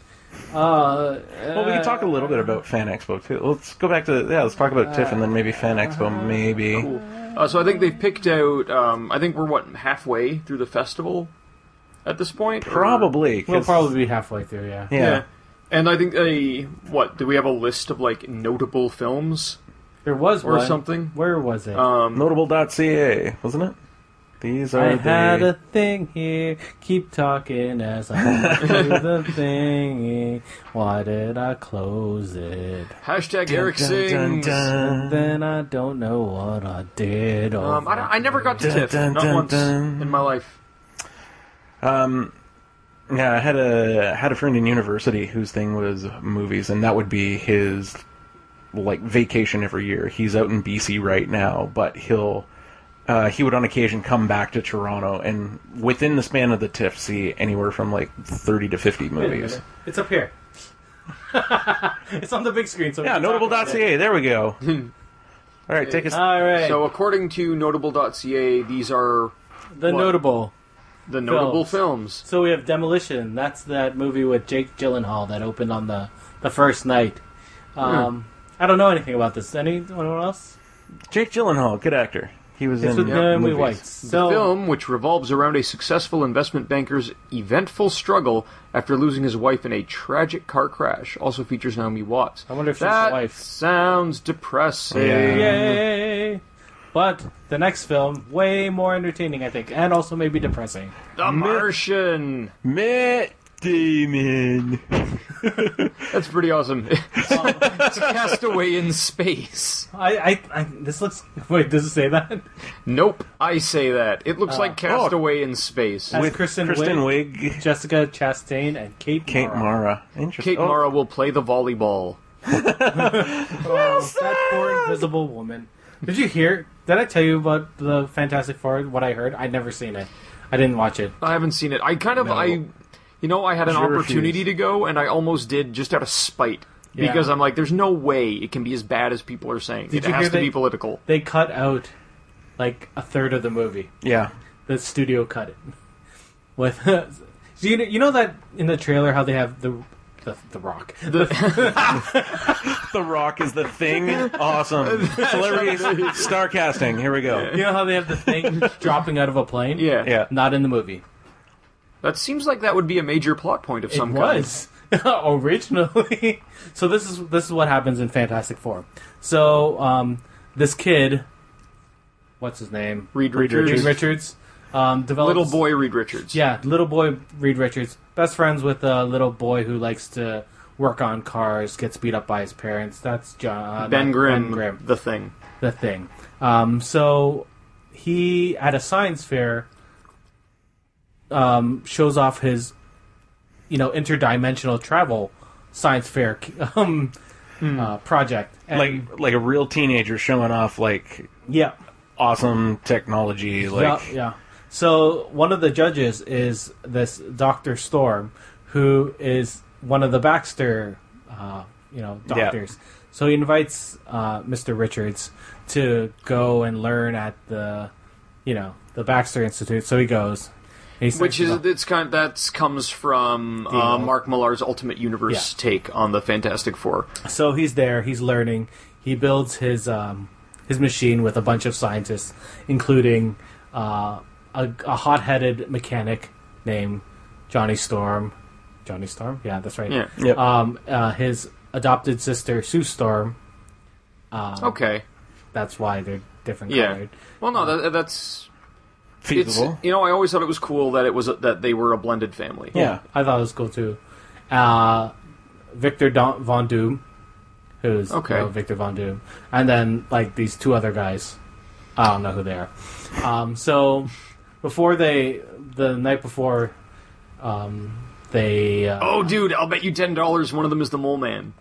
uh, well, Well, we can talk a little bit about Fan Expo too. Let's go back to yeah. Let's talk about TIFF and then maybe Fan Uh-huh. Expo. Maybe Cool. Uh, so I think they've picked out. Um, I think we're what halfway through the festival at this point. or- probably. 'cause- We'll probably be halfway through, yeah. Yeah. Yeah. And I think they what do we have a list of like notable films There was or one. something? Where was it? Um, Notable.ca, wasn't it? These are I the. had a thing here. Keep talking as I do the thingy. Why did I close it? hashtag Dun, Eric dun, sings. dun, dun. And then I don't know what I did. or- Uh-huh. Um, I, don't- I never got to Dun, TIFF, dun, not dun, once dun. in my life. Um, yeah, I had a had a friend in university whose thing was movies, and that would be his like vacation every year. He's out in BC right now, but he'll uh, he would on occasion come back to Toronto, and within the span of the TIFF, see anywhere from like thirty to fifty Wait a minute. movies. It's up here. it's on the big screen. So we Yeah, can talk about Uh, it. notable.ca. There we go. All right, take us. All right. So according to notable.ca, these are the what? notable. the notable films. So we have Demolition. That's that movie with Jake Gyllenhaal that opened on the the first night. Hmm. Um, I don't know anything about this. Anyone else? Jake Gyllenhaal, good actor. He was It's in with yeah, Naomi movies. White. So Film which revolves around a successful investment banker's eventful struggle after losing his wife in a tragic car crash. Also features Naomi Watts. I wonder if she's that the wife. sounds depressing. Yeah. Yay! But the next film, way more entertaining, I think, and also maybe depressing. The Martian. Matt Damon. That's pretty awesome. it's Castaway in space. I, I, I this looks. Wait, does it say that? Nope, I say that. It Uh, looks like Castaway in space. As With Kristen Kristen Wiig. Wiig. Jessica Chastain and Kate. Kate Mara. Interesting. Kate Mara will play the volleyball. Oh, that poor invisible woman. Did you hear? Did I tell you about the Fantastic Four? What I heard? I'd never seen it. I didn't watch it. I haven't seen it. I kind of No. I, you know, I had an She opportunity refused. to go, and I almost did just out of spite Yeah. because I'm like, there's no way it can be as bad as people are saying. Did it you has hear to they- be political. They cut out like a third of the movie. Oh, Yeah. The studio cut it with. so you know, you know that in the trailer how they have the the, the rock. The Rock is the thing. Awesome. Celebrities. Star casting. Here we go. You know how they have the thing dropping out of a plane. Yeah, Yeah. Not in the movie. That seems like that would be a major plot point of some it kind. was originally. so this is this is what happens in Fantastic Four. So um, this kid, what's his name? Reed Reed Richards, Reed Richards. Um, develops little boy Reed Richards. Yeah, little boy Reed Richards, best friends with a little boy who likes to work on cars, gets beat up by his parents. That's John uh, Ben not Grimm, Ben Grimm, the thing. the thing. Um, so he at a science fair um, shows off his, you know, interdimensional travel science fair um, Hmm. uh, project. And, Like like a real teenager showing off like yeah, awesome technology. Like yeah, yeah. So one of the judges is this Doctor Storm, who is one of the Baxter, uh, you know, Yeah. doctors. So he invites uh, Mr. Richards to go and learn at the, you know, the Baxter Institute. So he goes. He starts Which is to- it's kind that's comes from uh, old- Mark Millar's Ultimate Universe take on the Fantastic Four. so he's there. He's learning. He builds his um, his machine with a bunch of scientists, including uh, a, a hot-headed mechanic named Johnny Storm. Johnny Storm, yeah, that's right. Yeah. Yep. Um, uh, his adopted sister Sue Storm. Okay. That's why they're different Yeah. colored. Well, no, that, that's it's feasible. you know I always thought it was cool that it was that they were a blended family. Yeah. I thought it was cool too. Uh, Victor Don- Von Doom, who's Okay. you know, Victor Von Doom, and then like these two other guys. I don't know who they are. Um, so before they, the night before, um, they uh, Oh, dude, I'll bet you ten dollars one of them is the mole man.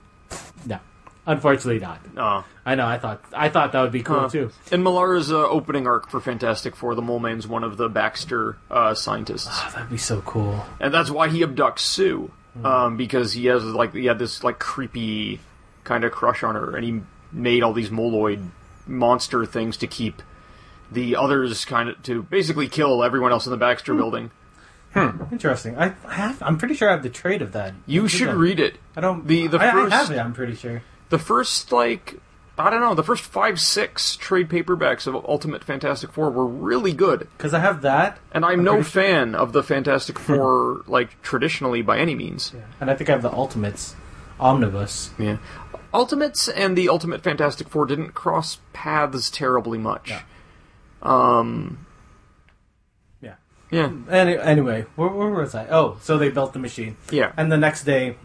no, unfortunately not. Oh. I know. I thought I thought that would be cool too. In Millar's uh, opening arc for Fantastic Four, the mole man's one of the Baxter uh, scientists, Oh, that'd be so cool. and that's why he abducts Sue um, because he has like he had this like creepy kind of crush on her, and he made all these moloid monster things to keep the others kind of to basically kill everyone else in the Baxter building. Interesting. I, I have. I'm pretty sure I have the trade of that. You I should I- read it. I don't. the- the I, I first- have it. I'm pretty sure. the first like I don't know, the first five six trade paperbacks of Ultimate Fantastic Four were really good, Because I have that, and I'm, no pretty sure- fan of the Fantastic Four like traditionally by any means. and I think I have the Ultimates Omnibus. Yeah. Ultimates and the Ultimate Fantastic Four didn't cross paths terribly much. Yeah. Yeah. Yeah, Any, anyway, where, where was I? Oh, so they built the machine. Yeah. And the next day,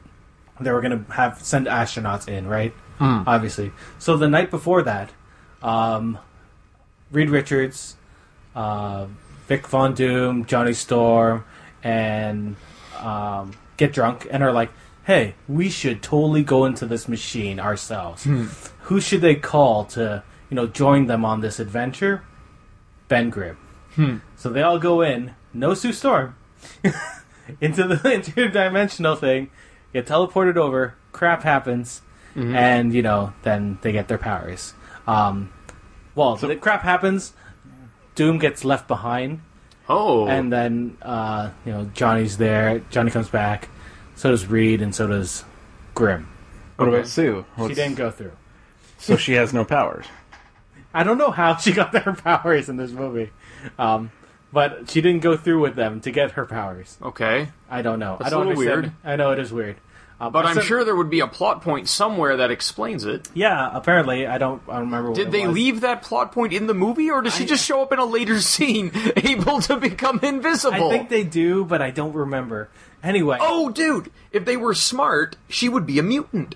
they were gonna have send astronauts in, right? Obviously. So the night before that, um, Reed Richards, uh, Vic Von Doom, Johnny Storm, and um, get drunk and are like, "Hey, we should totally go into this machine ourselves." Who should they call to, you know, join them on this adventure? Ben Grimm. So they all go in, no Sue Storm, into the interdimensional thing, get teleported over, crap happens, Mm-hmm. and, you know, then they get their powers. Um, well, the crap happens, Doom gets left behind, Oh, and then, uh, you know, Johnny's there, Johnny comes back, so does Reed, and so does Grimm. What Okay. about Sue? She What's- didn't go through. So she has no powers. I don't know how she got her powers in this movie, um, but she didn't go through with them to get her powers. okay. I don't know. That's I don't a little understand. I know it is weird, uh, But I'm so- sure there would be a plot point somewhere that explains it. Yeah, apparently I don't. I don't remember. What Did it they was. leave that plot point in the movie, or does she just show up in a later scene, able to become I invisible? think they do, but I don't remember. Anyway, Oh, dude, if they were smart, she would be a mutant.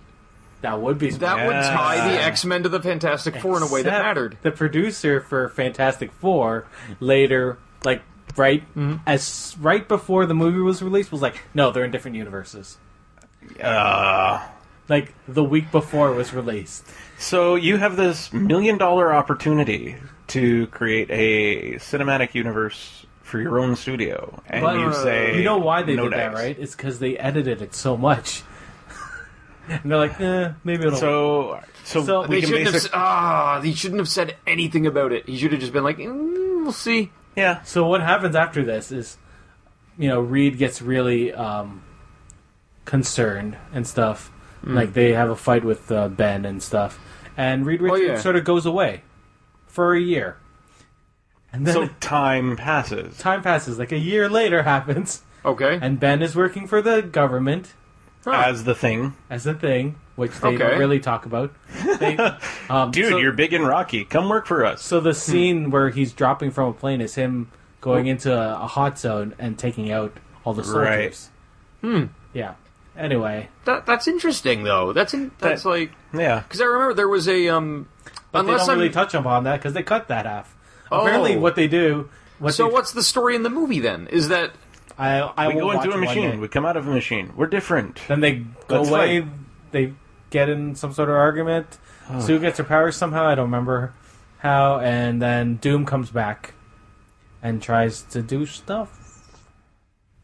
that would be That would Yes. tie the X Men to the Fantastic Four in a way that Except mattered. The producer for Fantastic Four later, like right Mm-hmm. as right before the movie was released, was like, no, they're in different universes. Uh, Like the week before it was released. so you have this million dollar opportunity to create a cinematic universe for your own studio, and But uh, you say, you know why they no did that, dice. right? It's because they edited it so much. and they're like, eh, maybe it'll. So, so, So They we can shouldn't have. basically, s- Ah, he shouldn't have said anything about it. He should have just been like, mm, "We'll see." yeah, So what happens after this is, you know, Reed gets really um, concerned and stuff. Mm. Like they have a fight with uh, Ben and stuff, and Reed Oh, Richards yeah. sort of goes away for a year, and then so time passes. time passes. Like a year later happens, Okay. and Ben is working for the government Huh. As the thing, as a thing, which they Okay. don't really talk about. They, um, dude, so- you're big and rocky. Come work for us. So the scene where he's dropping from a plane is him going Oh. into a, a hot zone and taking out all the soldiers. Right. Hmm. Yeah. Anyway, that, that's interesting, though. That's in, that's That- like Yeah, because I remember there was a um. but unless they don't I'm really touch upon that because they cut that half. Oh. Apparently, what they do. What so, they, what's the story in the movie then? Is that I, I we will go into watch a it one machine. day. We come out of a machine. We're different. Then they go Let's away. They get in some sort of argument. Sue gets her powers somehow. I don't remember how. And then Doom comes back and tries to do stuff.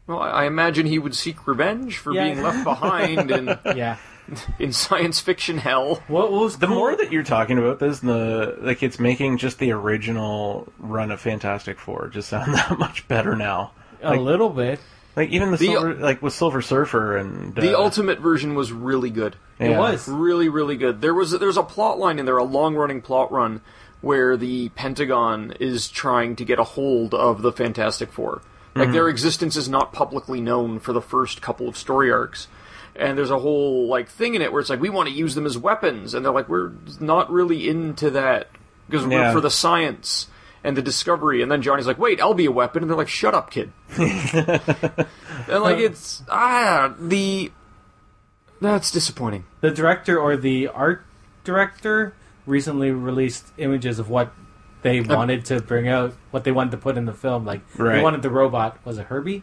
well, I I imagine he would seek revenge for Yeah. being left behind in Yeah. in science fiction hell. What was The more that you're talking about this, the like it's making just the original run of Fantastic Four just sound that much better now. a little bit. Like even the, The- silver, like with Silver Surfer and The uh, ultimate version was really good. It Yeah. was. really really good there was there's a plot line in there a long running plot run where the pentagon is trying to get a hold of the fantastic four like their existence is not publicly known for the first couple of story arcs and there's a whole like thing in it where it's like we want to use them as weapons and they're like we're not really into that because Yeah. we're for the science and the discovery and then johnny's like wait i'll be a weapon and they're like shut up kid and like it's ah the that's disappointing The director or the art director recently released images of what they wanted to bring out, what they wanted to put in the film. Like they Right. wanted the robot. Was it Herbie?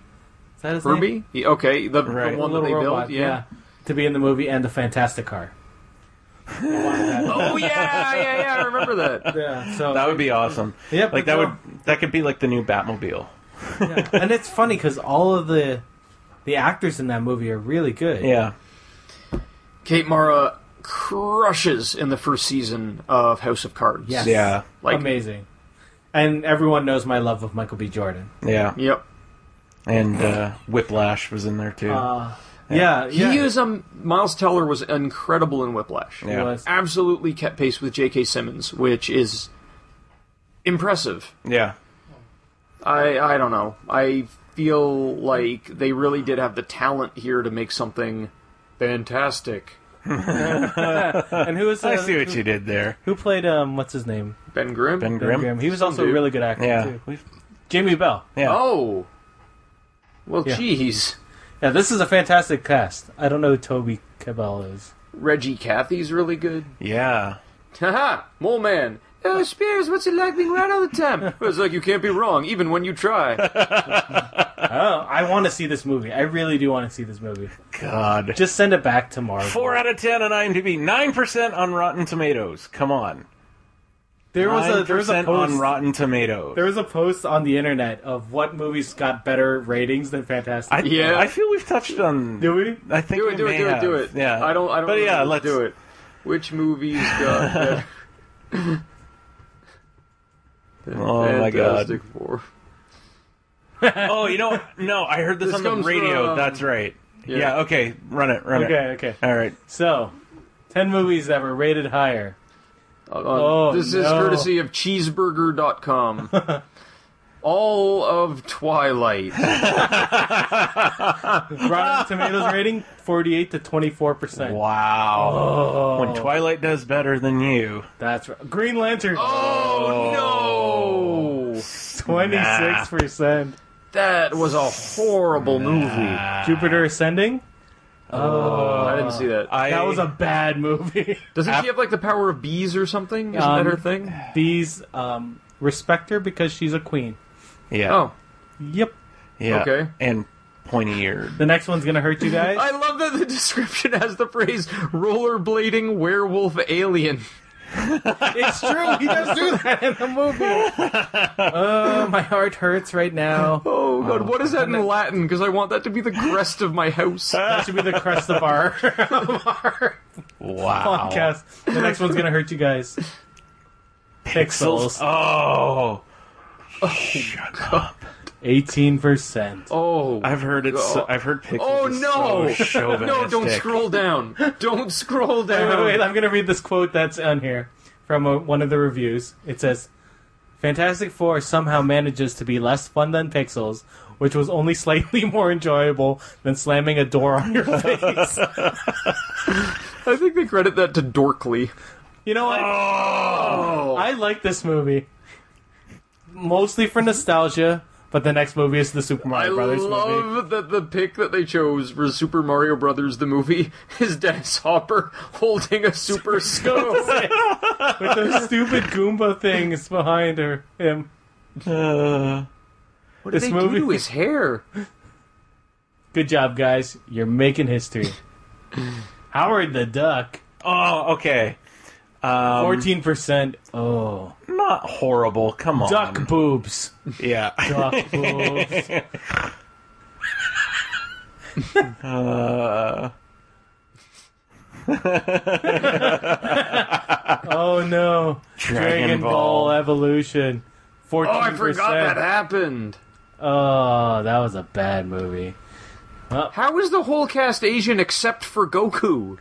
Is that his name? Herbie? Yeah, okay, the, Right. the The one that little they robot. built. Yeah. To be in the movie and the Fantastic Car. They wanted that. Oh yeah, yeah, yeah. I remember that. yeah. So that would be awesome. Yep, like that so- would that could be like the new Batmobile. yeah. and it's funny because all of the the actors in that movie are really good. Yeah, Kate Mara crushes in the first season of House of Cards. Yes. Yeah. Like- amazing. And everyone knows my love of Michael B. Jordan. yeah. Yep. And uh, Whiplash was in there too. Uh, yeah, yeah. He is um Miles Teller was incredible in Whiplash. He Yeah. Ah. was. Absolutely kept pace with J.K. Simmons, which is impressive. yeah, I I don't know. I feel like they really did have the talent here to make something fantastic. And who was? Uh, I see what you did there, Who played um? What's his name? Ben Grimm. Ben Ben Grimm. Grimm. He was also a dude. really good actor Yeah, too. We've- Jamie Bell. yeah. Oh. Well, Yeah. geez. Yeah, this is a fantastic cast. I don't know who Toby Cabell is. Reggie Cathy's really good. yeah. Haha, mole man. Oh, Spears, what's it like being right all the time? Well, it's like you can't be wrong, even when you try. Oh, I want to see this movie. I really do want to see this movie. God. Just send it back tomorrow. Four out of ten on IMDb, nine percent on Rotten Tomatoes. Come on, There was a nine there was a percent post on Rotten Tomatoes. there was a post on the internet of what movies got better ratings than Fantastic. I, Yeah. I feel we've touched on. do we? I think Do we it, do may it, do it, have. do it. Yeah, I don't, I don't. But yeah, know. let's do it. Which movies got better? Oh my god. Fantastic Four. Oh, you know, no, I heard this, This on the comes radio. from- That's right. Yeah. Yeah. Okay, run it. Run Okay, it. okay. All right. So, ten movies that were rated higher. Uh, uh, Oh, this is no. courtesy of cheeseburger.com. All of Twilight. Rotten Tomatoes rating forty eight to twenty four percent. Wow. Oh, When Twilight does better than you. that's right. Green Lantern. Oh, Oh no! Twenty six percent. That was a horrible movie. Oh, Jupiter Ascending. I didn't see that. I, That was a bad movie. Doesn't she have like the power of bees or something? Isn't Um, that her thing? Bees um, respect her because she's a queen. yeah. Oh, Yep. yeah. okay. And pointy eared. The next one's gonna hurt you guys. I love that the description has the phrase rollerblading werewolf alien. It's true. He does do that in the movie. Oh, my heart hurts right now. Oh god, what is that in Latin? Because I want that to be the crest of my house. That should be the crest of our, of our Wow. podcast. The next one's gonna hurt you guys. Pixels. Pixels. Oh. Shut up. Eighteen percent. Oh, I've heard it's. Oh. I've heard pixels. oh is no, So no! chauvinistic. Don't scroll down. Don't scroll Wait, down. wait, wait, I'm gonna read this quote that's on here from uh one of the reviews. It says, "Fantastic Four somehow manages to be less fun than Pixels." Which was only slightly more enjoyable than slamming a door on your face. I think they credit that to Dorkly. You know what? Oh, I like this movie. Mostly for nostalgia, but the next movie is the Super I Mario Brothers love movie. that the pick that they chose for Super Mario Brothers the movie is Dennis Hopper holding a super scope. With those stupid Goomba things behind her him. Uh, What did This they movie- do to his hair? Good job, guys. You're making history. Howard the Duck. oh, okay. Um, Fourteen percent. Oh, Not horrible. Come on. duck boobs. Yeah. Duck boobs. Uh, Oh no! Dragon Ball. Evolution. Fourteen Oh, I percent. forgot that happened. Oh, that was a bad movie How is the whole cast Asian except for Goku?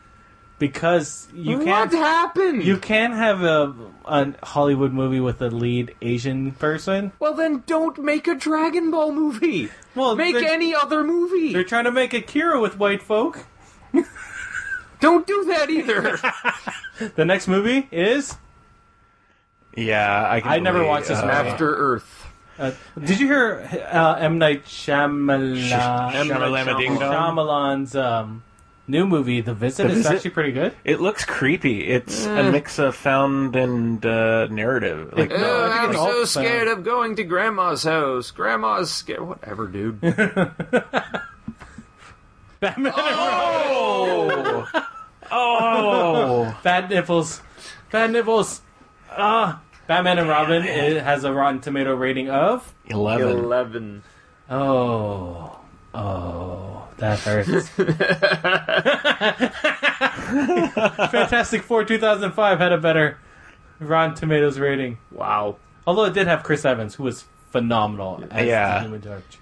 because you what can't. happened? You can have a, a Hollywood movie with a lead Asian person. Well, then don't make a Dragon Ball movie. Well, Make they're, any other movie. they're trying to make Akira with white folk. Don't do that either. Uh, The next movie is. yeah. I, can I never believe- watched this uh, movie. After Earth. Uh, did you hear uh, M Night Shyamalan? M. Night Shamalama Ding Shyamalan. Dong. Shyamalan's um, new movie, The Visit, is Visit? actually pretty good. It looks creepy. It's Eh. a Mm. mix of found and uh, narrative. Like, Oh, no, think I'm it's uh, so all scared of going to Grandma's house. Grandma's scared. Whatever, dude. Batman oh, oh, Bad nipples. Bad nipples. Ah, Batman and Robin it has a Rotten Tomato rating of. eleven. Eleven. Oh, oh, that hurts. Fantastic Four 2005 had a better Rotten Tomatoes rating, Wow. although it did have Chris Evans, who was phenomenal as Yeah. the Human Torch.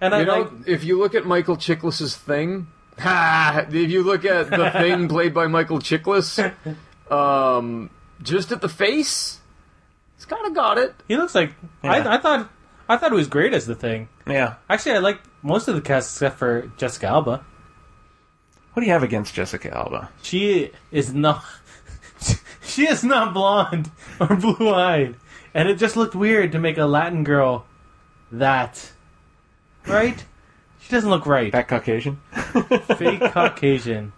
And I You know, like if you look at Michael Chiklis's thing, ha! If you look at the thing played by Michael Chiklis, um, just at the face, it's kind of got it. he looks like Yeah. I, I thought I thought it was great as the thing. Yeah. Actually, I liked most of the cast except for Jessica Alba. What do you have against Jessica Alba? She is not. She is not blonde or blue eyed, and it just looked weird to make a Latin girl that. Right? She doesn't look right. That Caucasian? Fake Caucasian.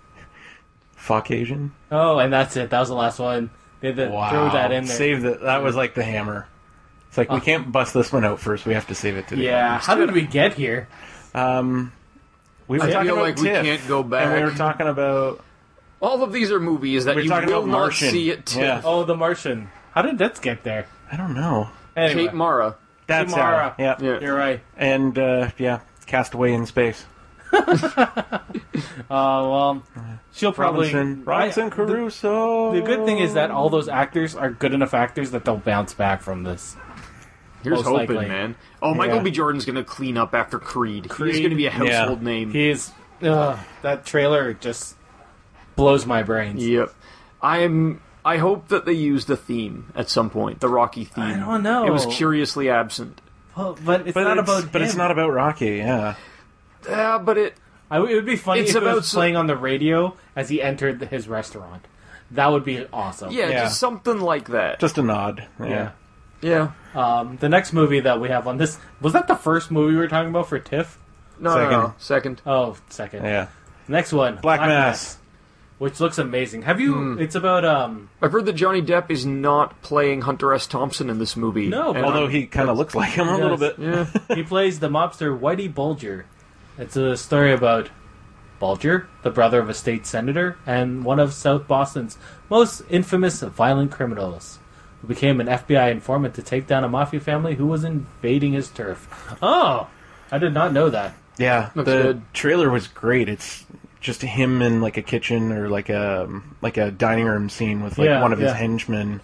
Caucasian? Oh, and that's it. That was the last one. They had to throw that in there. Save that. That was like the hammer. It's like we can't bust this one out first. We have to save it to the yeah. How did we get here? Um, we were I talking feel about like we TIFF, can't go back. and we were talking about All of these are movies that we were you talking will about not Martian. see it. To. Yeah. Oh, the Martian. How did that get there? I don't know. Anyway, Kate Mara. That's Samara. how. Yeah. Yeah. you're right. And uh, yeah, Castaway in Space. Uh, well, she'll probably. Robinson, I- Robinson Crusoe. The good thing is that all those actors are good enough actors that they'll bounce back from this. Here's Most hoping, likely. man. Oh, Michael Yeah. B. Jordan's gonna clean up after Creed. He's Creed. gonna be a household Yeah. name. He's ugh, that trailer just blows my brains. Yep. I'm. I hope that they use the theme at some point. The Rocky theme. I don't know. It was curiously absent. Well, But it's But not it's, about. but it's him. not about Rocky. Yeah. Yeah, but it. I, it would be funny It's if it about was s- playing on the radio as he entered the, his restaurant. That would be awesome. Yeah, Yeah. just something like that. Just a nod. Yeah. yeah. Um, the next movie that we have on this was that the first movie we were talking about for TIFF. No, Second. no, no. Second. Oh, second. Yeah. Next one, Black Mass. which looks amazing. Have you? It's about um. I've heard that Johnny Depp is not playing Hunter S. Thompson in this movie. No, And Although I'm- he kind of looks like him a little does. bit. Yeah. he plays the mobster Whitey Bulger. It's a story about Bulger, the brother of a state senator and one of South Boston's most infamous violent criminals, who became an FBI informant to take down a mafia family who was invading his turf. Oh, I did not know that. Yeah, Looks the good. trailer was great. It's just him in like a kitchen or like a like a dining room scene with like Yeah, one of his yeah. henchmen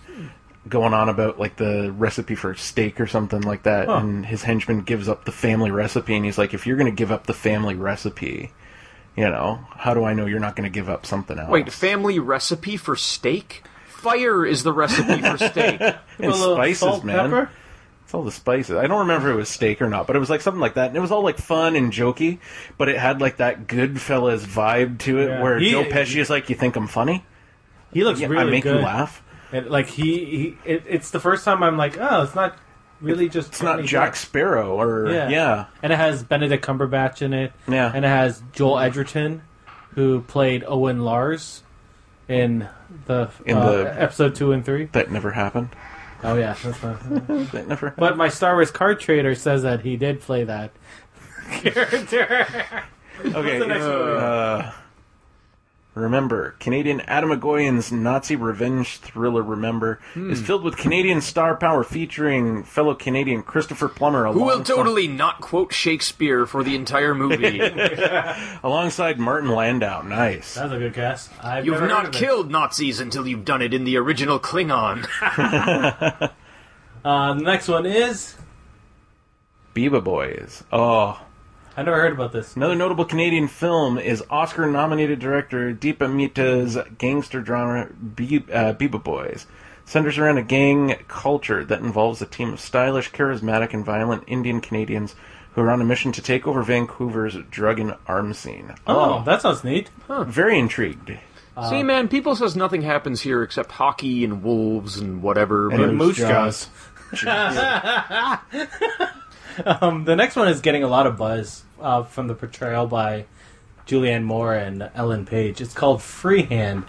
going on about like the recipe for steak or something like that Huh. and his henchman gives up the family recipe and he's like if you're going to give up the family recipe, you know, how do I know you're not going to give up something else? Wait, family recipe for steak? Fire is the recipe for steak. and A little spices, salt, man. pepper? It's all the spices. I don't remember if it was steak or not, but it was like something like that. And it was all like fun and jokey, but it had like that Goodfellas vibe to it Yeah. where He- Joe Pesci is like, You think I'm funny? He looks Yeah, really I make good. you laugh. And, like he, he it, it's the first time I'm like, oh, it's not really just It's not Jack Sparrow or. Yeah. Yeah. Yeah. And it has Benedict Cumberbatch in it. Yeah. And it has Joel Edgerton, who played Owen Lars in the In uh, the- episode two and three. That never happened. Oh yeah, that's not- That never but my Star Wars card trader says that he did play that character. Okay. the next movie? uh, remember, Canadian Adam McGoyan's Nazi revenge thriller Remember Hmm. is filled with Canadian star power featuring fellow Canadian Christopher Plummer Who will along- totally not quote Shakespeare for the entire movie? alongside Martin Landau. Nice. That's a good guess. I've You've never heard not of it. killed Nazis until you've done it in the original Klingon. Uh, the next one is Biba Boys. Oh. I never heard about this. Another notable Canadian film is Oscar nominated director Deepa Mita's gangster drama Be- uh, Biba Boys. Centers around a gang culture that involves a team of stylish, charismatic, and violent Indian Canadians who are on a mission to take over Vancouver's drug and arms scene. Oh, that sounds neat. very intrigued. See, man, people says nothing happens here except hockey and wolves and whatever. And but- uh, moose jaws. Um, the next one is getting a lot of buzz uh, from the portrayal by Julianne Moore and Ellen Page. It's called Freehand.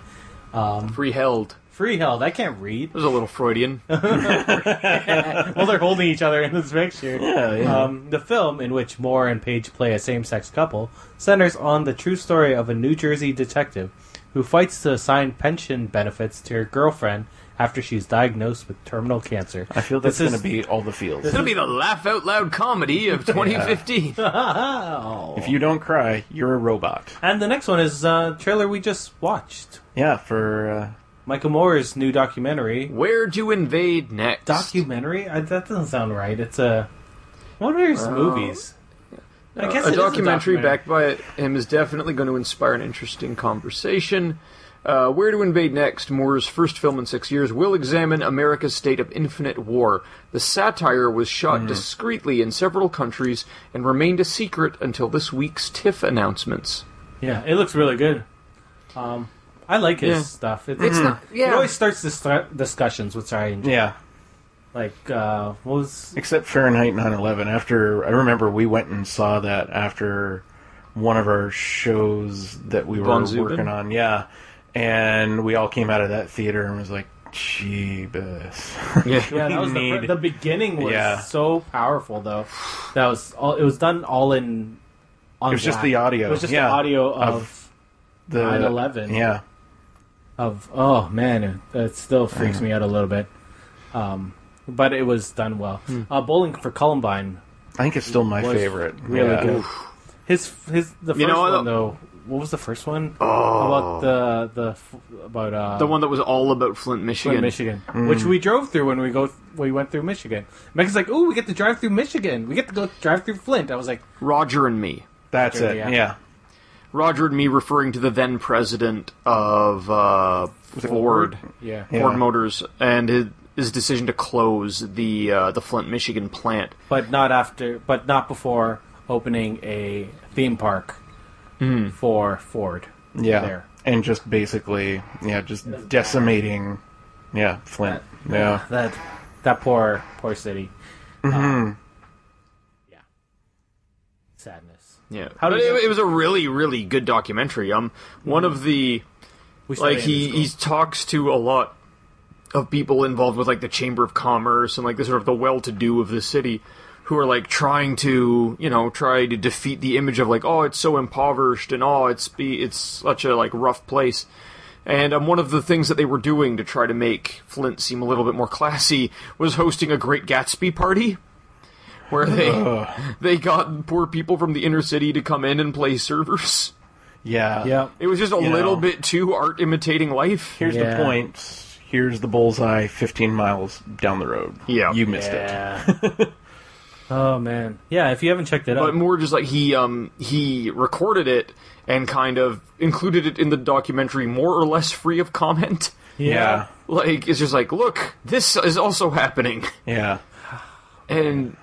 free held. Freeheld. I can't read. It was a little Freudian. Well, they're holding each other in this picture. Yeah, yeah. Um, the film, in which Moore and Page play a same-sex couple, centers on the true story of a New Jersey detective who fights to assign pension benefits to her girlfriend after she's diagnosed with terminal cancer. I feel that's this going is- to be all the feels. It'll be the laugh out loud comedy of 2015. If you don't cry, you're a robot. And the next one is uh, trailer we just watched. Yeah, for. Uh, Michael Moore's new documentary. Where to invade next? Documentary? I, that doesn't sound right. It's a. What are his movies? I guess a it is documentary documentary. backed by him is definitely going to inspire an interesting conversation. Uh, Where to Invade Next, Moore's first film in six years, will examine America's state of infinite war. The satire was Mm-hmm. shot discreetly in several countries and remained a secret until this week's TIFF announcements. Yeah, it looks really good. Um, I like his Yeah. stuff. It, It's it's not- yeah. It always starts dis- discussions, which I enjoy. yeah. Like, uh, what was. Except Fahrenheit 9/11. After I remember, we went and saw that after one of our shows that we were Von Zubin? working on. Yeah, and we all came out of that theater and was like, "Jeebus." Yeah, that was the, fir- Need- the beginning was Yeah. so powerful though. That was all. It was done all in. On It was just black. the audio. It was just Yeah. the audio of, Of the 9/11. Yeah, of oh man it, that still Mm. freaks me out a little bit um, but it was done well uh, bowling for columbine I think it's still my was favorite. really Yeah. good his his the first You know, I one don't- though what was the first one about the the f- about uh, The one that was all about Flint, Flint, Michigan. Michigan, Mm. which we drove through when we go we went through Michigan. Megan's like, "Oh, we get to drive through Michigan. We get to go drive through Flint." I was like, Roger and me. That's it. Yeah. Yeah. Roger and me referring to the then president of uh, Ford. "Yeah, Yeah. Ford Motors and his, his decision to close the uh, the Flint, Michigan plant. but not after, but not before opening a theme park Mm. for Ford." Yeah. There. And just basically, yeah, just decimating. Yeah, Flint. Yeah. that that poor poor city. Mm-hmm. Uh, yeah, sadness. Yeah, How but did it, that- it was a really really good documentary. Um, one of the We saw like that in he school. he talks to a lot of people involved with like the Chamber of Commerce and like the sort of the well to do of the city who are like trying to you know try to defeat the image of like oh it's so impoverished and oh it's be it's such a like rough place. And um, one of the things that they were doing to try to make Flint seem a little bit more classy was hosting a Great Gatsby party, where they they got poor people from the inner city to come in and play servers. Yeah. Yep. It was just a You little know. bit too art imitating life. Here's Yeah. the point. Here's the bullseye 15 miles down the road. Yeah. You missed it. Yeah. oh man. Yeah. If you haven't checked it out, but more just like he um he recorded it and kind of included it in the documentary more or less free of comment Yeah. like it's just like look this is also happening Yeah. and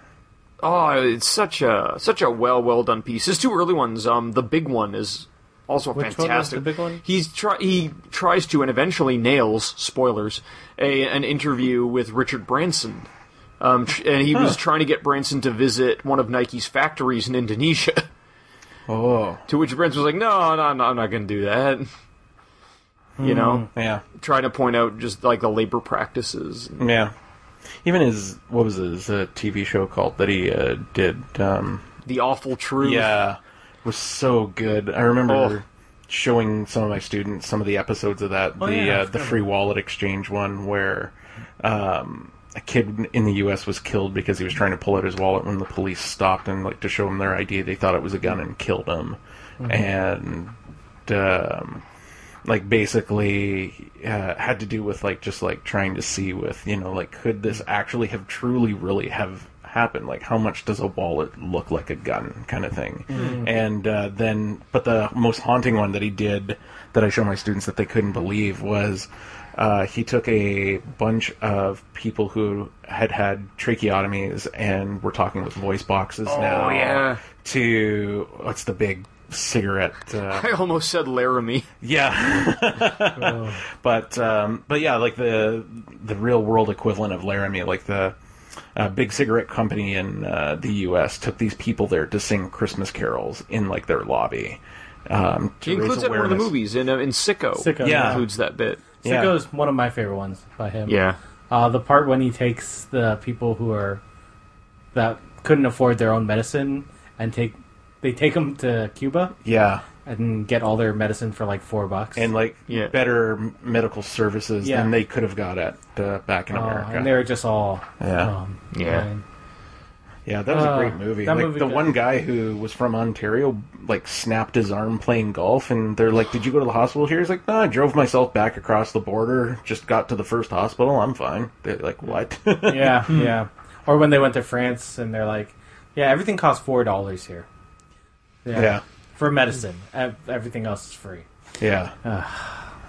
oh it's such a such a well well done piece his two early ones um the big one is also Which one was fantastic the big one? he's try he tries to and eventually nails spoilers a an interview with richard branson um, tr- and he was trying to get Branson to visit one of Nike's factories in Indonesia. Oh. To which Brent was like, "No, no, no I'm not going to do that." You know, Yeah. Hmm. trying to point out just like the labor practices. Yeah. Even his what was his uh, TV show called that he uh, did? Um, The awful truth. yeah, was so good. I remember Oh. showing some of my students some of the episodes of that. the yeah, uh, I've the free wallet exchange one where um, a kid in the U.S. was killed because he was trying to pull out his wallet when the police stopped and like to show him their ID. They thought it was a gun and killed him. And um, like basically uh, had to do with like just like trying to see with you know like could this actually have truly really have happened like how much does a wallet look like a gun kind of thing and uh, then but the most haunting one that he did that i show my students that they couldn't believe was uh, he took a bunch of people who had had tracheotomies and were talking with voice boxes now yeah. to what's the big cigarette uh, I almost said Laramie. yeah oh, but um, but yeah, like the the real world equivalent of Laramie, like the uh, big cigarette company in uh, the U.S. took these people there to sing Christmas carols in like their lobby. Um, to He includes raise that in one of the awareness. movies in uh, in Sicko. Sicko, He yeah. includes that bit. Yeah. Sicko's one of my favorite ones by him. Yeah, Uh, the part when he takes the people who are that couldn't afford their own medicine and take they take them to Cuba Yeah, and get all their medicine for like four bucks. and like Yeah. better m- medical services Yeah. than they could have got at uh, back in Oh, America. and they were just all Yeah. um, Yeah. fine. Yeah, that was Uh, a great movie. that Like movie the did- one guy who was from Ontario, like snapped his arm playing golf, and they're like, "Did you go to the hospital here?" He's like, "No, I drove myself back across the border. Just got to the first hospital. I'm fine." They're like, "What?" yeah, yeah. Or when they went to France and they're like, yeah, everything costs four dollars here. yeah, for medicine, Ev- everything else is free. yeah,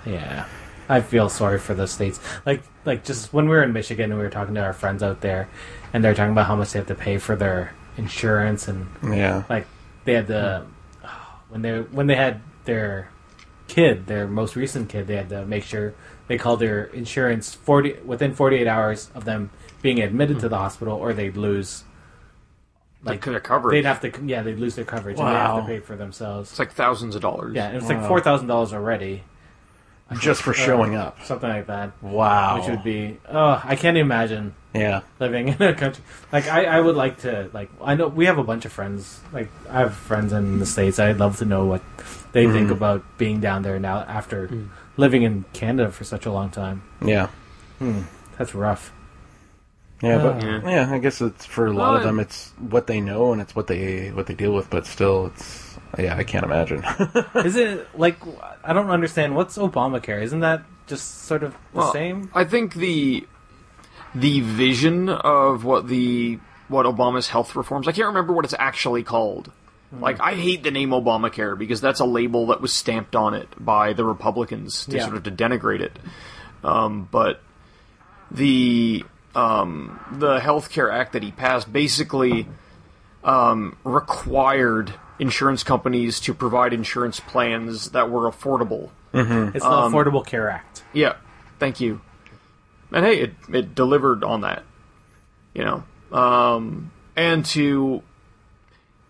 Yeah, I feel sorry for the states. Like, like just when we were in Michigan and we were talking to our friends out there, and they're talking about how much they have to pay for their insurance and yeah, like they had the when they when they had their kid, their most recent kid, they had to make sure they called their insurance forty within forty eight hours of them being admitted to the hospital, or they'd lose. like Like could have covered. they'd have to, yeah, they'd lose their coverage and they have Wow. to pay for themselves. it's like thousands of dollars. Yeah, and it's like Wow. four thousand dollars already, just for showing up. something like that, Wow. which would be, oh, I can't imagine yeah, living in a country like I, I would like to like i know we have a bunch of friends like i have friends in the states i'd love to know what they think about being down there now after living in canada for such a long time yeah, Hmm. that's rough yeah. But Ah. Yeah. yeah, I guess it's for a lot of Well, them. It's what they know and it's what they what they deal with. But still, it's yeah, I can't imagine. is it like i don't understand what's obamacare isn't that just sort of the Well, same I think the the vision of what the what Obama's health reforms. I can't remember what it's actually called. Hmm. Like I hate the name Obamacare because that's a label that was stamped on it by the Republicans to Yeah. sort of to denigrate it. Um, but the um, the Health Care Act that he passed basically um, required insurance companies to provide insurance plans that were affordable it's the affordable care act yeah, thank you. And hey, it it delivered on that, you know. Um, and to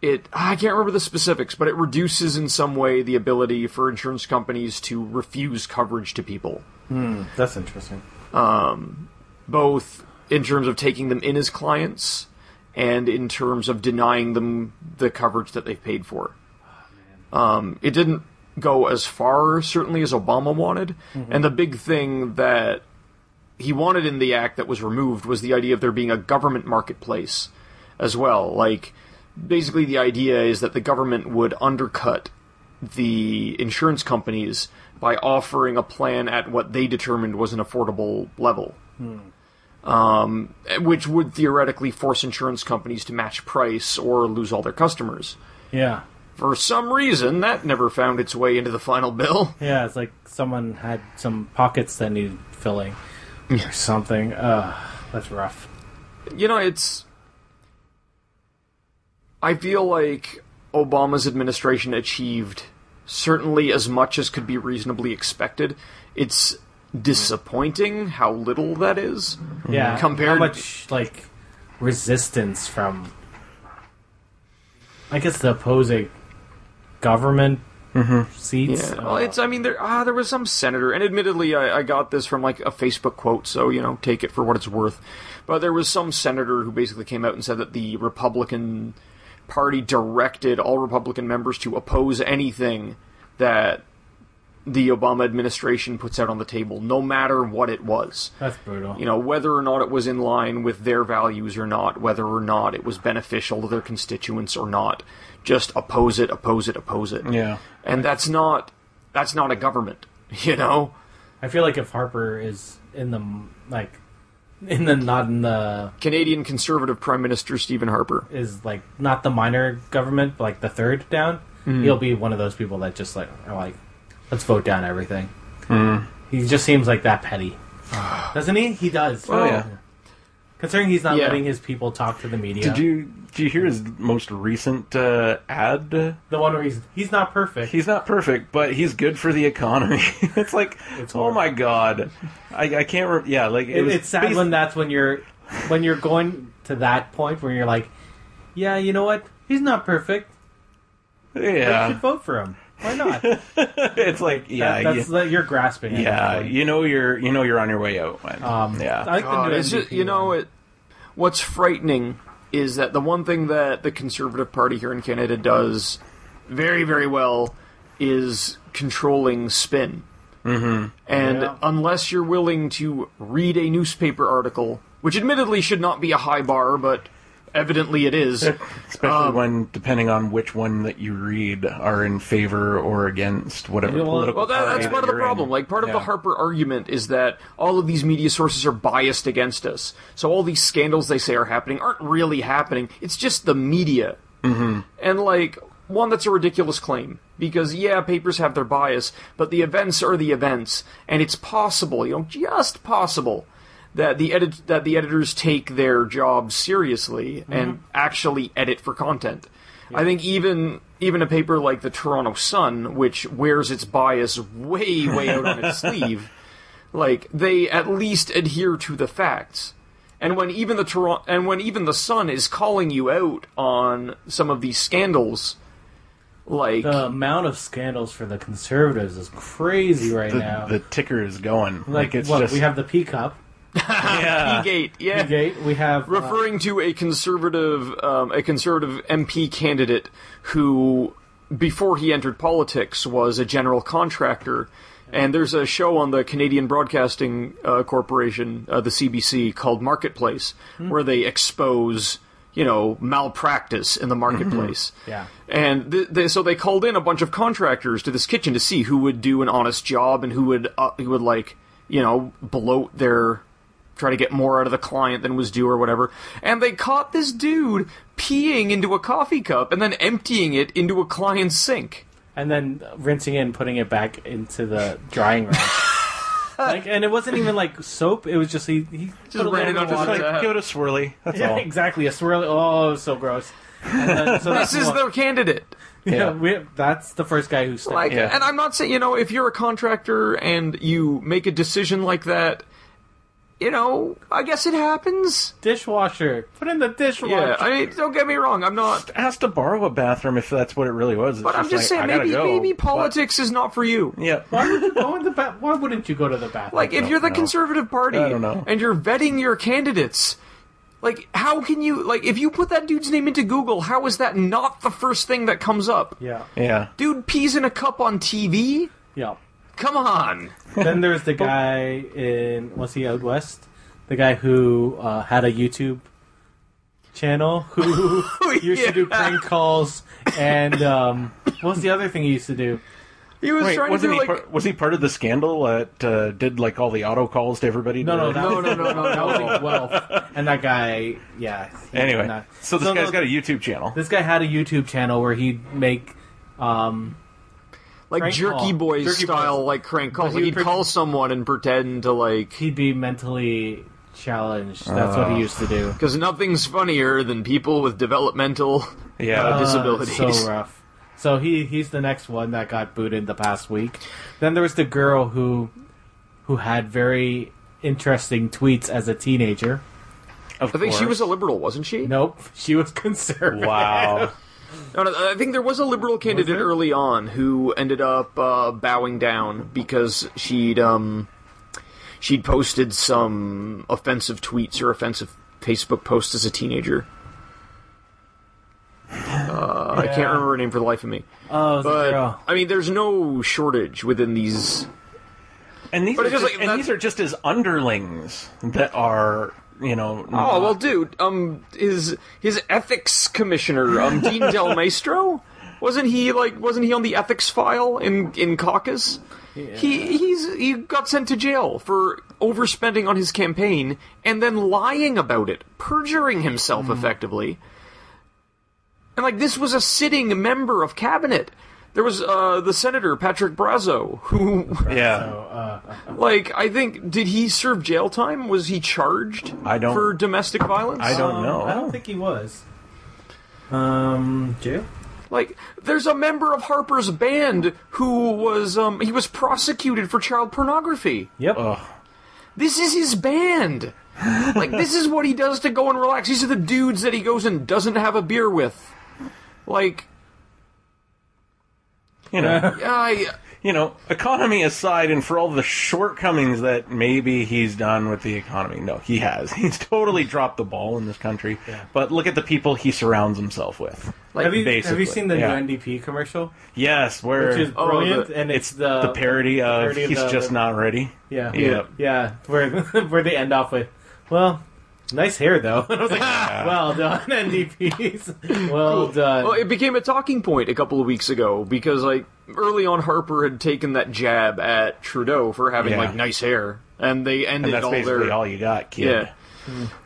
it, I can't remember the specifics, but it reduces in some way the ability for insurance companies to refuse coverage to people, that's interesting both in terms of taking them in as clients and in terms of denying them the coverage that they've paid for. Um, it didn't go as far, certainly, as Obama wanted. And the big thing that he wanted in the act that was removed was the idea of there being a government marketplace as well. Like, basically, the idea is that the government would undercut the insurance companies by offering a plan at what they determined was an affordable level. Um, which would theoretically force insurance companies to match price or lose all their customers. Yeah. For some reason, that never found its way into the final bill. Yeah, it's like someone had some pockets that needed filling or something. Ugh, that's rough. you know, it's. I feel like Obama's administration achieved certainly as much as could be reasonably expected. It's disappointing how little that is. Yeah. Compared- how much like resistance from I guess the opposing government Mm-hmm. seats. Yeah, well, it's. I mean, there ah, there was some senator, and admittedly, I, I got this from like a Facebook quote, so you know, take it for what it's worth. But there was some senator who basically came out and said that the Republican Party directed all Republican members to oppose anything that the Obama administration puts out on the table, no matter what it was. that's brutal. You know, whether or not it was in line with their values or not, whether or not it was beneficial to their constituents or not, just oppose it, oppose it, oppose it Yeah. and that's not that's not a government you know I feel like if Harper is in the like in the not in the canadian conservative prime minister stephen harper is like not the minor government, but like the third down, Mm. he'll be one of those people that just like are like, let's vote down everything. Mm. He just seems like that petty, doesn't he? He does. Oh, yeah. Considering he's not Yeah. letting his people talk to the media, Did you did you hear his most recent uh, ad? the one where he's he's not perfect. He's not perfect, but he's good for the economy. it's like, oh horrible. my god, I, I can't. Re- yeah, like it, It- was it's sad basi- when that's when you're when you're going to that point where you're like, yeah, you know what? He's not perfect. I yeah, should vote for him. Why not? it's like yeah, That- that's yeah, like you're grasping. at that yeah. point. You know you're you know you're on your way out. When, Um, yeah, I like God, the new Uh, it's just, MVP you know one. it what's frightening is that the one thing that the conservative party here in canada does very very well is controlling spin mm-hmm. and Yeah. unless you're willing to read a newspaper article which admittedly should not be a high bar but evidently it is um, especially when depending on which one that you read are in favor or against whatever Yeah, well- political. Well, that, party that's that part of the you're in. problem. Like, part of the Yeah. Harper argument is that all of these media sources are biased against us. So all these scandals they say are happening aren't really happening. It's just the media. And, like, one, that's a ridiculous claim. Because, yeah, papers have their bias, but the events are the events. And it's possible, you know, just possible. That the edit that the editors take their job seriously and actually edit for content. I think even even a paper like the Toronto Sun, which wears its bias way way out on its sleeve, like they at least adhere to the facts. And when even the Toronto and when even the Sun is calling you out on some of these scandals, like The amount of scandals for the conservatives is crazy right now. The, the ticker is going. Like, like, it's look, just we have the P cup yeah. Gate, yeah. gate. We have uh, referring to a conservative um, a conservative MP candidate who before he entered politics was a general contractor and there's a show on the Canadian Broadcasting uh, Corporation uh, the CBC called Marketplace where they expose you know malpractice in the marketplace Yeah. and th- they, so they called in a bunch of contractors to this kitchen to see who would do an honest job and who would uh, who would like you know bloat their try to get more out of the client than was due or whatever. And they caught this dude peeing into a coffee cup and then emptying it into a client's sink. and then rinsing it and putting it back into the drying rack. like, and it wasn't even like soap. It was just he, he put a ran little it bit of onto water. the- Like, give it a swirly. That's Yeah, all. exactly. A swirl. Oh, it was so gross. And then- so This that's is one- their candidate. yeah. We, that's the first guy who stepped Like, Yeah. and I'm not saying you know if you're a contractor and you make a decision like that, you know, I guess it happens. dishwasher. Put in the dishwasher. Yeah, I mean, don't get me wrong. I'm not. Asked to borrow a bathroom if that's what it really was. It's But I'm just like, saying, I gotta maybe go, maybe but- politics is not for you. Yeah. why would you go in the ba- Why wouldn't you go to the bathroom? Like, if don't you're the know. Conservative Party I don't know. and you're vetting your candidates, Like, how can you like if you put that dude's name into Google, how is that not the first thing that comes up? Yeah. Yeah. Dude pees in a cup on TV? Yeah. Come on. then there's the guy in was he out west? The guy who uh, had a YouTube channel who used Oh, Yeah. to do prank calls and um, what was the other thing he used to do? He was Wait, trying to wasn't do he like part, was he part of the scandal that uh, did like all the auto calls to everybody? No, no, to- that No, was, no, no, no, that was Oh, no. in Guelph. And that guy, yeah. he Anyway, did not- so this no, guy's no, got a YouTube channel. This guy had a YouTube channel where he'd make. Um, like crank jerky call. boys Jerky style boys. like crank calls. he Like would he'd pre- call someone and pretend to like he'd be mentally challenged. That's what he used to do. because nothing's funnier than people with developmental yeah, Uh, just- disabilities. Uh, so rough. So he he's the next one that got booted the past week. Then there was the girl who who had very interesting tweets as a teenager. of I think she course. was a liberal, wasn't she? Nope, she was conservative. wow. No, no, I think there was a liberal candidate there? early on who ended up uh, bowing down because she'd um, she'd posted some offensive tweets or offensive Facebook posts as a teenager. Uh, I can't Yeah. remember her name for the life of me. Oh, it was a But girl. I mean, there's no shortage within these. And these But are it's just just, like that- and these are just his underlings that are you know. Oh well, dude. Um, his his ethics commissioner, um, Dean Del Maestro, wasn't he like wasn't he on the ethics file in in caucus? He he's he got sent to jail for overspending on his campaign and then lying about it, perjuring himself Mm-hmm. effectively. And like this was a sitting member of cabinet. There was uh, the senator Patrick Brazo, who yeah. So, uh, like I think did he serve jail time? Was he charged I don't- for domestic violence? I don't um, know. I don't think he was. Um, jail. Like, there's a member of Harper's band who was um he was prosecuted for child pornography. Yep. Ugh. This is his band. like this is what he does to go and relax. These are the dudes that he goes and doesn't have a beer with. Like you know, I you know, economy aside, and for all the shortcomings that maybe he's done with the economy, no, he has. He's totally dropped the ball in this country. But look at the people he surrounds himself with. like have you have basically, you seen the yeah. new NDP commercial? Yes, where Which is Oh, brilliant, the- and it's it's, the, parody of parody he's the- just not ready. yeah Yeah. Yeah, where where they end off with, well, nice hair though. I was like, well done, NDPs. Well done. Well, uh, it became a talking point a couple of weeks ago because like early on Harper had taken that jab at Trudeau for having Yeah. like nice hair. And they ended And that's all basically their all you got, kid. Yeah.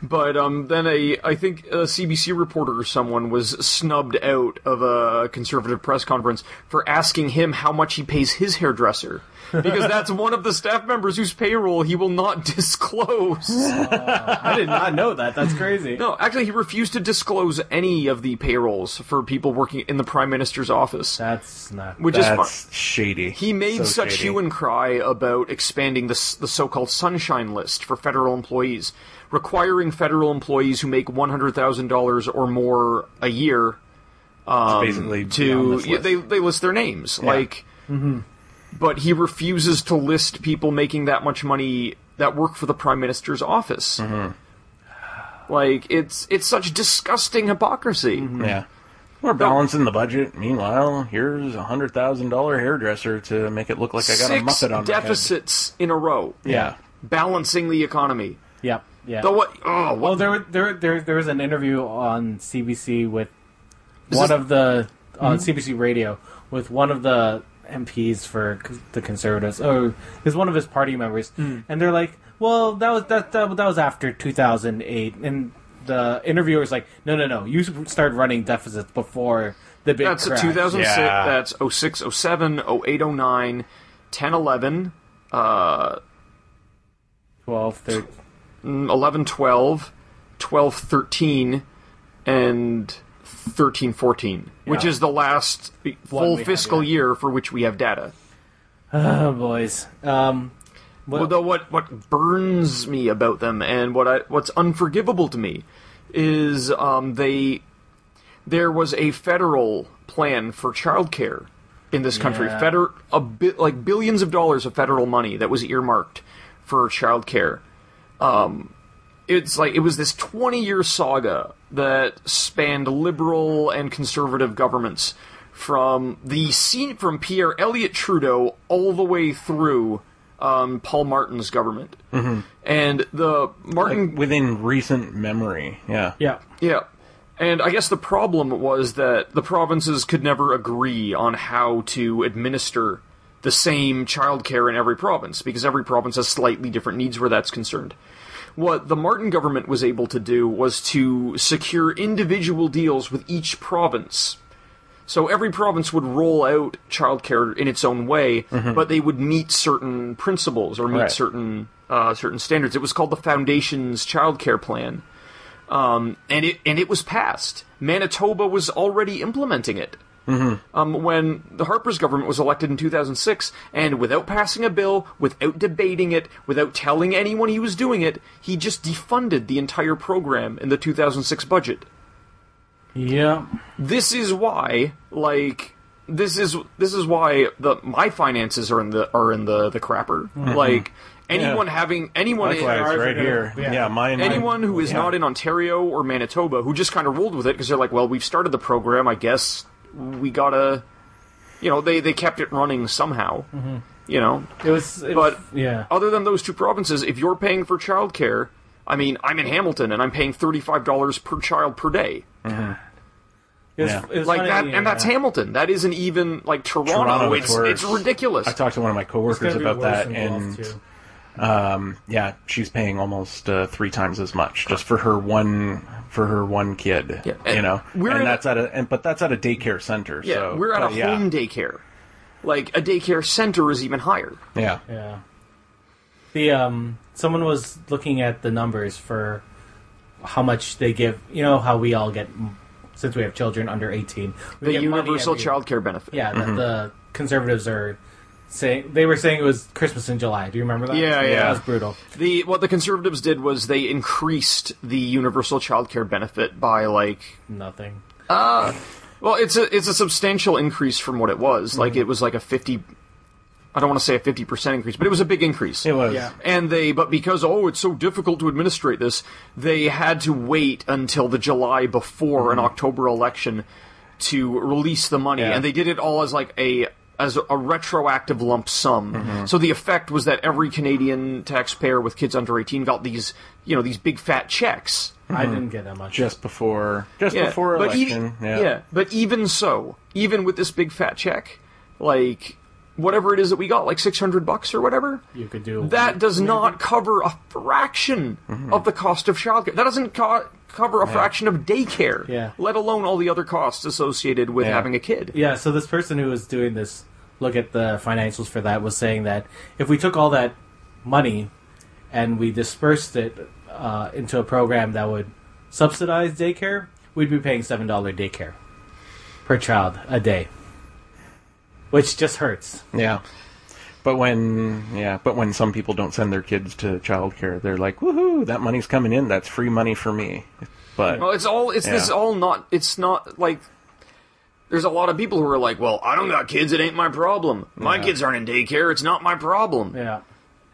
But um, then a I think a CBC reporter or someone was snubbed out of a conservative press conference for asking him how much he pays his hairdresser because that's one of the staff members whose payroll he will not disclose. I did not know that. That's crazy. No, actually, he refused to disclose any of the payrolls for people working in the prime minister's office, That's not. which is fine. That's shady. He made So such shady. hue and cry about expanding the, s- the so-called sunshine list for federal employees, requiring federal employees who make one hundred thousand dollars or more a year um, basically beyond to this yeah, list. they they list their names like. But he refuses to list people making that much money that work for the prime minister's office. Mm-hmm. Like it's it's such disgusting hypocrisy. Yeah. We're balancing the budget. Meanwhile, here's a hundred thousand dollar hairdresser to make it look like I got a Six muppet on deficits in a row, my head. balancing the economy. Yeah, yeah. The what? Oh, what well, there, were- there, there, there was an interview on CBC with one this- Mm-hmm. of the on CBC Radio with one of the MPs for c- the Conservatives. Oh, is one of his party members, Mm. and they're like, "Well, that was that, that that was after 2008," and the interviewer's like, "No, no, no, you s- started running deficits before the big That's crash." 2006. Yeah. That's 06, 07, 08, 09, 10, 11, 12, 13. mm, 11, 12, 12, 13, and 13, 14, which Yeah. is the last full we have, fiscal yeah. year for which we have data. Oh, boys. Um, Well- Although what what burns me about them and what I what's unforgivable to me is um, they there was a federal plan for childcare in this country, Yeah. Feder- a bit like billions of dollars of federal money that was earmarked for childcare. Um, it's like it was this 20 year saga that spanned liberal and conservative governments from the scene from Pierre Elliott Trudeau all the way through um, Paul Martin's government. And the Martin Like within recent memory, yeah. Yeah. yeah. And I guess the problem was that the provinces could never agree on how to administer the same childcare in every province because every province has slightly different needs where that's concerned. What the Martin government was able to do was to secure individual deals with each province. So every province would roll out childcare in its own way, but they would meet certain principles or meet Right. certain uh, certain standards. It was called the Foundation's Childcare Plan and it and it was passed. Manitoba was already implementing it. Mm-hmm. Um, when the Harper's government was elected in 2006, and without passing a bill, without debating it, without telling anyone he was doing it, he just defunded the entire program in the 2006 budget Yeah. this is why like this is this is why the my finances are in the are in the the crapper like anyone having anyone in, Mm-hmm. Likewise, I right forgot. here. Yeah. Yeah, mine. anyone who is yeah. not in Ontario or Manitoba who just kind of rolled with it because they're like well we've started the program I guess we gotta you know they they kept it running somehow Mm-hmm. you know It was. It But- yeah. other than those two provinces if you're paying for childcare I mean I'm in Hamilton and I'm paying thirty five dollars per child per day It was, Yeah. it was like funny, that, yeah. and that's Hamilton. That isn't even like Toronto. Toronto, it's it's worse. it's ridiculous. I talked to one of my There's coworkers gotta be about worse that, involved, and too. um, yeah, she's paying almost uh, three times as much just for her one for her one kid. Yeah, and you know, we're and in a- that's at a and but that's at a daycare center. yeah, so, we're at but a yeah, home daycare. Like a daycare center is even higher. Yeah, Yeah. The um someone was looking at the numbers for how much they give, you know how we all get mm, since we have children under 18. we The get money universal every year. child Mm-hmm. care benefit. Yeah, that the conservatives are saying they were saying it was Christmas in July. Do you remember that? Yeah, yeah. That was brutal. The what the conservatives did was they increased the universal child care benefit by like Nothing. well, it's a it's a substantial increase from what it was. Like it was like a fifty. I don't want to say a fifty percent increase, but it was a big increase. it was. Yeah. and they but because oh it's so difficult to administrate this they had to wait until the july before an october election to release the money Mm-hmm. Yeah. and they did it all as like a as a retroactive lump sum Mm-hmm. so the effect was that every canadian taxpayer with kids under 18 got these you know these big fat checks I didn't get that much. Just before, just yeah before but election. even, but even so even with this big fat check like whatever it is that we got like 600 bucks or whatever you could do that does not cover a fraction of the cost of childcare. That doesn't co- cover a fraction of daycare, Yeah. let alone all the other costs associated with Yeah. having a kid. Yeah, so this person who was doing this look at the financials for that was saying that if we took all that money and we dispersed it uh, into a program that would subsidize daycare, we'd be paying $7 daycare per child a day, which just hurts. Yeah. But when yeah, but when some people don't send their kids to childcare, they're like, "Woohoo, that money's coming in. That's free money for me." But Well, it's all it's this is Yeah. all not it's not like there's a lot of people who are like, "Well, I don't got kids, it ain't my problem. My Yeah. kids aren't in daycare, it's not my problem." Yeah.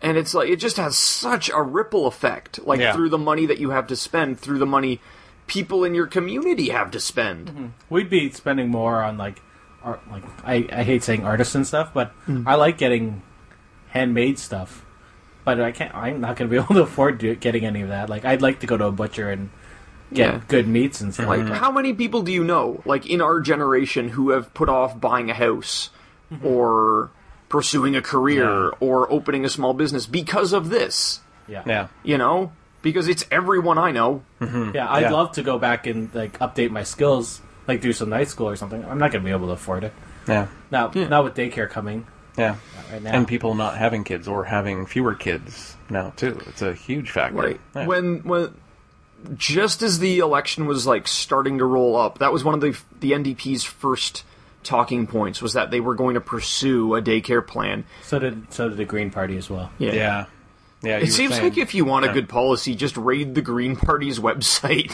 And it's like it just has such a ripple effect like Yeah. through the money that you have to spend, through the money people in your community have to spend. Mm-hmm. We'd be spending more on like art, like I, I hate saying artisan stuff, but I like getting handmade stuff. But I can't. I'm not going to be able to afford do, getting any of that. Like I'd like to go to a butcher and get Yeah. Mm-hmm. good meats and stuff. Like, Mm-hmm. how many people do you know, like in our generation, who have put off buying a house Mm-hmm. or pursuing a career or opening a small business because of this? yeah, yeah. yeah. You know, because it's everyone I know. I'd Yeah. love to go back and like update my skills, like do some night school or something. I'm not going to be able to afford it. Yeah. Now, not with daycare coming Yeah. right now. And people not having kids or having fewer kids now too. It's a huge factor. Right. Yeah. When when just as the election was like starting to roll up, that was one of the the NDP's first talking points was that they were going to pursue a daycare plan. so did so did the Green Party as well. yeah. Yeah, you It were seems saying- like if you want a good policy, just raid the Green Party's website.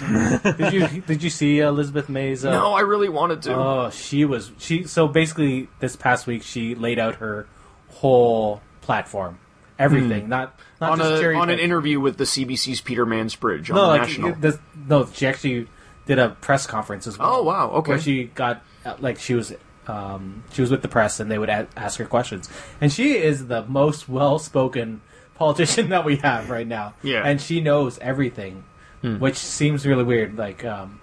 did you did you see Elizabeth May's? Uh, no, I really wanted to. Oh, she was she. So basically, this past week she laid out her whole platform everything, not not on, just a, cherry on an picking. interview with the CBC's Peter Mansbridge on No, the like National. it- this, no, she actually did a press conference as well. Oh, wow, okay. Where she got uh, like she was um, she was with the press and they would a- ask her questions, and she is the most well spoken politician that we have right now. Yeah. and she knows everything, which seems really weird. Like um,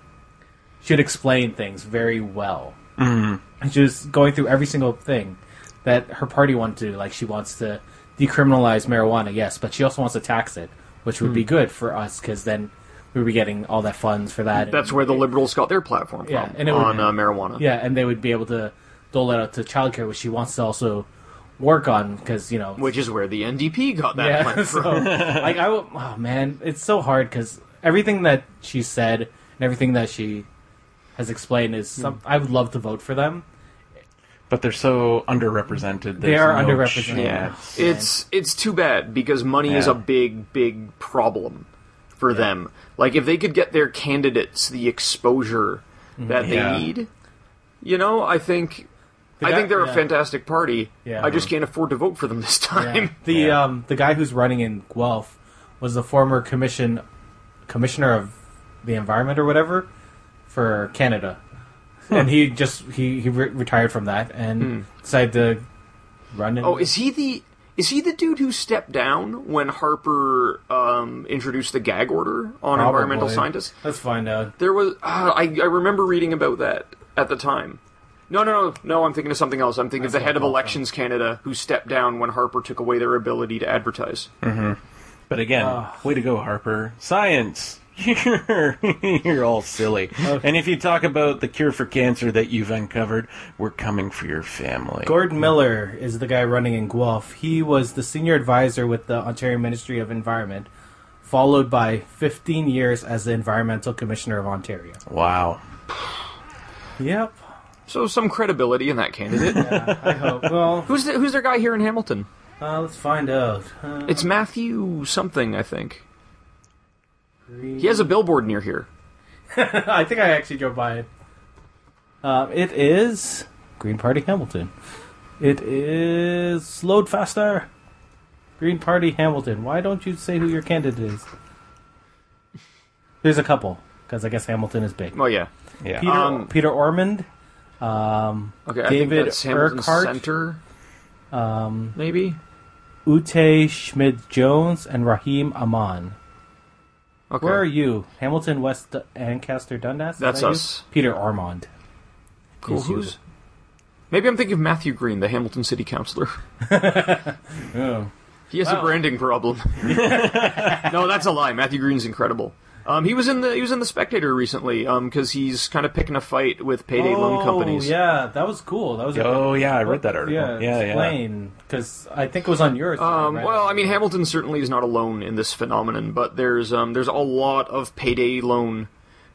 she'd explain things very well. And she was going through every single thing that her party wanted to do. Like she wants to decriminalize marijuana, yes, but she also wants to tax it, which Hmm. would be good for us because then we would be getting all that funds for that. That's and, where the liberals got their platform Yeah, from and it would- on uh, marijuana. yeah, and they would be able to dole that out to childcare, which she wants to also work on because you know Which is where the NDP got that yeah. plan So from. like I will- oh man, it's so hard because everything that she said and everything that she has explained is some. Hmm. I would love to vote for them. But they're so underrepresented. They are there's no underrepresented. Yeah, chance. it's it's too bad because money is Yeah. a big big problem for them. Like if they could get their candidates the exposure Mm-hmm. that Yeah. they need, you know, I think I guy- think they're yeah. a fantastic party. Yeah. I just can't afford to vote for them this Yeah. time. The Yeah. um the guy who's running in Guelph was the former commission commissioner of the environment or whatever for Canada, and he just he he re- retired from that and decided to run. In, Hmm. Oh, is he the is he the dude who stepped down when Harper um, introduced the gag order on Probably. environmental scientists? Let's find out. There was uh, I I remember reading about that at the time. No, no, no, no. I'm thinking of something else. I'm thinking of the head of Elections Canada who stepped down when Harper took away their ability to advertise. But again, way to go, Harper. Science. You're, you're all silly. And if you talk about the cure for cancer that you've uncovered, we're coming for your family. Gordon Miller is the guy running in Guelph. He was the senior advisor with the Ontario Ministry of Environment, followed by 15 years as the Environmental Commissioner of Ontario. wow. Yep. So some credibility in that candidate. I hope. Well, who's the, who's their guy here in Hamilton? uh, let's find out. Uh, It's Matthew something, I think. He has a billboard near here. Oh, I think I actually drove by it. Um, it is Green Party Hamilton. It is load faster. Green Party Hamilton. Why don't you say who your candidate is? There's a couple because I guess Hamilton is big. Oh yeah. Yeah. Peter Um, Peter Ormond. Um, Okay, I David think that's Hamilton Urquhart. Center. Um, maybe. Ute Schmidt Jones and Raheem Aman. Okay. Where are you? Hamilton, West D- Ancaster, Dundas. Is That's that you? us. Peter Ormond. Cool. Is you. Who's? Maybe I'm thinking of Matthew Green, the Hamilton City Councilor. He has a branding problem. no, that's a lie. Matthew Green's incredible. Um, he was in the he was in the Spectator recently because he's kind of picking a fight with payday Oh, loan companies. Yeah, that was cool. That was a- Oh, yeah, I read that article. Yeah, Yeah, yeah. explain because I think it was on yours. Um, right? well, I mean, Hamilton certainly is not alone in this phenomenon, but there's um, there's a lot of payday loan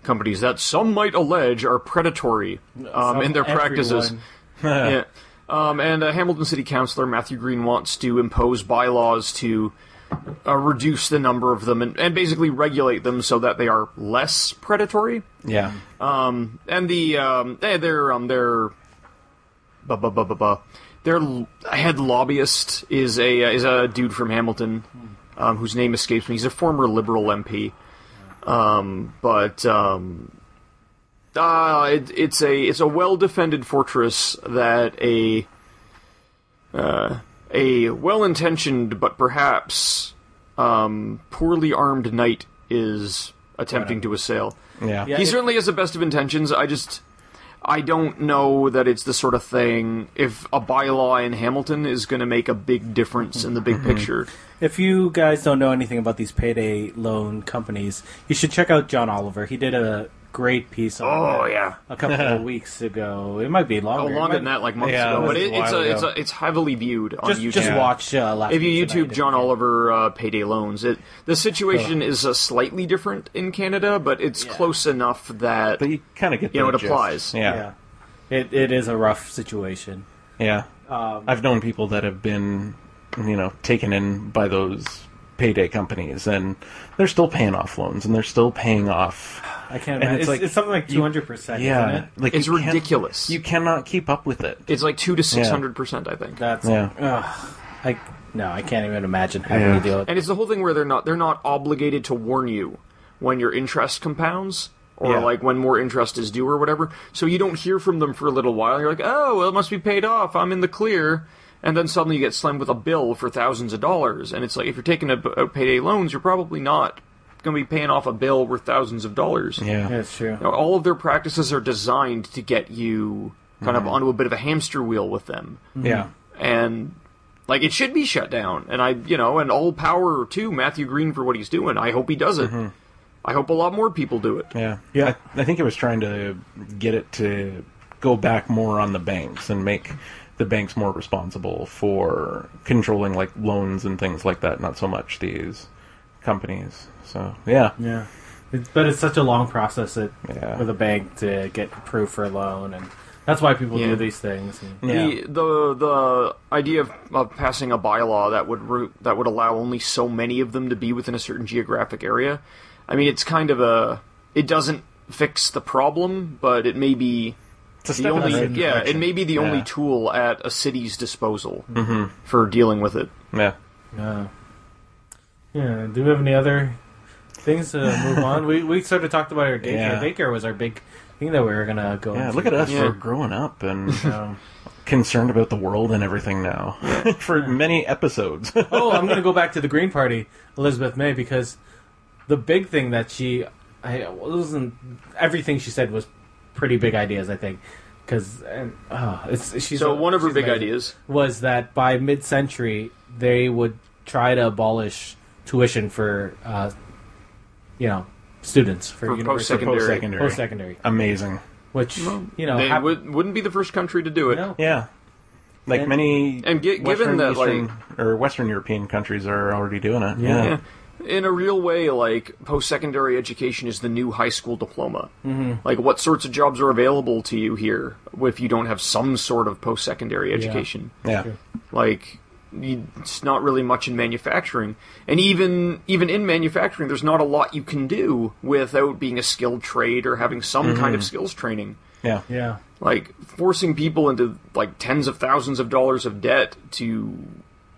companies that some might allege are predatory um, Some- in their practices. everyone. yeah. Um, and uh, Hamilton City Councilor Matthew Green wants to impose bylaws to uh, reduce the number of them and, and basically regulate them so that they are less predatory. Yeah. Um, and the um, they, their um, their bu- bu- bu- bu- bu- their l- head lobbyist is a uh, is a dude from Hamilton um, whose name escapes me. He's a former Liberal MP, um, but um, uh, it, it's a it's a well defended fortress that a uh, a well intentioned but perhaps um, poorly armed knight is attempting to assail. Yeah. Yeah. He it- certainly has the best of intentions. I just I don't know that it's the sort of thing if a bylaw in Hamilton is going to make a big difference in the big picture. If you guys don't know anything about these payday loan companies, you should check out John Oliver. He did a great piece. On Oh, it yeah. a couple of weeks ago. It might be Oh, longer. It longer might- than that, like months Yeah, it ago, was but a it, it's while a, it's ago. a, it's heavily viewed on Just YouTube. just Yeah. watch. Uh, last If you Week Tonight. YouTube John Oliver uh, payday loans, it the situation is uh, slightly different in Canada, but it's close enough that But you kind of get You know, the it gist. applies. Yeah. yeah, it it is a rough situation. Yeah. I've known people that have been, you know, taken in by those payday companies, and they're still paying off loans, and they're still paying off. I can't. And Imagine. It's, it's it's, like- something like two hundred percent. Yeah. isn't it? Like it's you can't- ridiculous. You cannot keep up with it. It's like two to six hundred percent, I think. that's Yeah. ugh. I no, I can't even imagine having Yeah. to deal with. And it's the whole thing where they're not they're not obligated to warn you when your interest compounds or Yeah. like when more interest is due or whatever. So you don't hear from them for a little while. You're like, "Oh, well, it must be paid off. I'm in the clear." And then suddenly you get slammed with a bill for thousands of dollars, and it's like if you're taking a, out payday loans, you're probably not going to be paying off a bill worth thousands of dollars. Yeah. That's true. Now, all of their practices are designed to get you kind Mm-hmm. of onto a bit of a hamster wheel with them Yeah. and like it should be shut down and i you know and all power to matthew green for what he's doing i hope he does it Mm-hmm. i hope a lot more people do it Yeah. Yeah. I, I think it was trying to get it to go back more on the banks and make the banks more responsible for controlling like loans and things like that, not so much these companies. So, yeah. Yeah, it, but it's such a long process that, Yeah. with a bank to get approved for a loan, and that's why people Yeah. do these things. And, Yeah. The, the the idea of, of passing a bylaw that would ru- that would allow only so many of them to be within a certain geographic area. I mean, it's kind of a it doesn't fix the problem, but it may be It's a the step in the only right yeah, direction. it may be the Yeah. Mm-hmm. only tool at a city's disposal for dealing with it. Yeah. uh, yeah. Do we have any other things to move on? We we sort of talked about our daycare. Yeah. Daycare was our big thing that we were gonna go. Yeah, into. look at us Yeah. for growing up and Um, concerned about the world and everything now for many episodes. oh, I'm going to go back to the Green Party, Elizabeth May, because the big thing that she, I it wasn't everything she said was pretty big ideas. I think because oh, it's she's So one of her she's big amazing. ideas. was that by mid-century they would try to abolish tuition for, uh, you know, students for, For university post-secondary. Post-secondary. post-secondary, Amazing. which you know They hap- would, wouldn't be the first country to do it. no. Yeah. Like And- many and gi- given that, Eastern, or Western European countries are already doing it. Yeah. Yeah. In a real way, like post-secondary education is the new high school diploma. Mm-hmm. Like, what sorts of jobs are available to you here if you don't have some sort of post-secondary education? Yeah. Like, you, it's not really much in manufacturing, and even even in manufacturing, there's not a lot you can do without being a skilled trade or having some kind of skills training. Yeah. yeah. like forcing people into like tens of thousands of dollars of debt to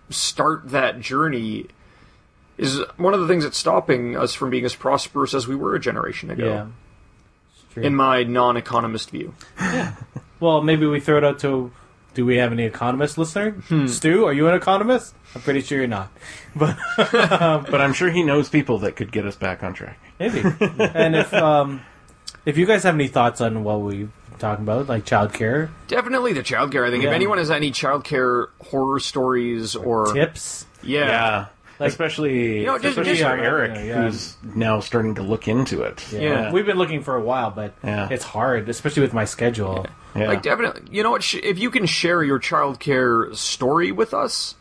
start that journey is one of the things that's stopping us from being as prosperous as we were a generation ago Yeah. It's true. in my non-economist view Well, maybe we throw it out to. Do we have any economist listener? Stu, are you an economist? I'm pretty sure you're not. But But I'm sure he knows people that could get us back on track. maybe. and if um, if you guys have any thoughts on what we've been talking about, like childcare definitely the childcare i think Yeah. if anyone has any childcare horror stories or tips, yeah, Yeah. Like- especially You know, just- especially just- our Eric, Yeah, yeah. who's now starting to look into it. Yeah. we've been looking for a while, but Yeah. it's hard, especially with my schedule. Yeah. like uh, definitely you know what sh- if you can share your childcare story with us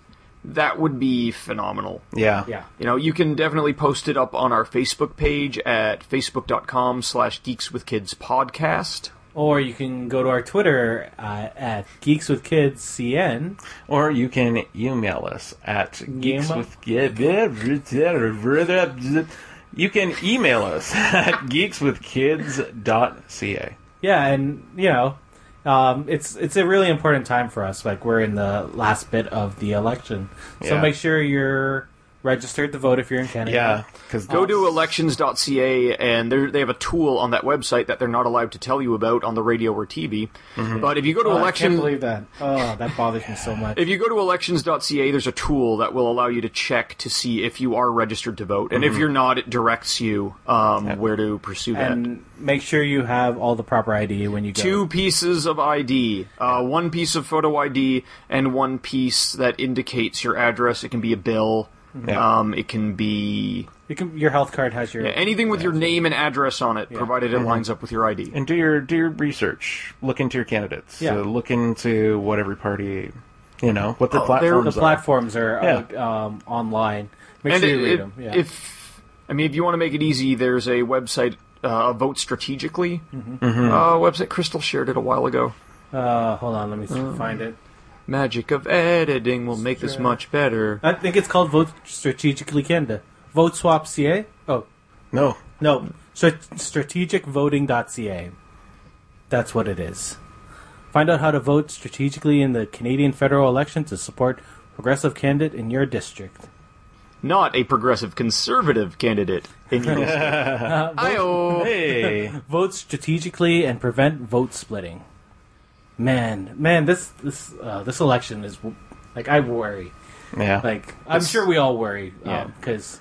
that would be phenomenal yeah. Yeah, you know you can definitely post it up on our facebook page at facebook.com slash geeks with kids podcast or you can go to our Twitter uh, at Geeks with Kids CN. Or you can email us at geeks with you can email us at geekswithkids.ca. Yeah, and you know, um, it's it's a really important time for us. Like we're in the last bit of the election, so Yeah. make sure you're registered to vote if you're in Canada. Yeah, because go to elections.ca and there- they have a tool on that website that they're not allowed to tell you about on the radio or tv but if you go to Oh, I can't election believe that. Oh, that bothers me so much. if you go to elections.ca there's a tool that will allow you to check to see if you are registered to vote and if you're not it directs you um, where to pursue that Mm-hmm. And make sure you have all the proper ID when you go. two pieces of ID, uh, one piece of photo ID, and one piece that indicates your address. It can be a bill. Yeah. Um, it can be You can, your health card has your. anything with your name and address on it, provided it lines up with your ID. and do your do your research. Look into your candidates. Yeah. Uh, look into what every party, you know, what Oh, their They're- the platforms are. platforms are uh, um, online. Make And sure it- you read it- them. Yeah. if I mean, if you want to make it easy, there's a website, uh, Vote Strategically Uh, website. Crystal shared it a while ago. uh, hold on, let me s- find it. Magic of editing will make this much better. I think it's called Vote Strategically Canada. Vote Swap CA. Oh, No, No, str- strategicvoting.ca. That's what it is. Find out how to vote strategically in the Canadian federal election to support progressive candidate in your district. Not a progressive conservative candidate in your I Hey, Vote strategically and prevent vote splitting. Man, man, this this uh, this election is like I worry. yeah. Like I'm It's- sure we all worry um, Yeah. because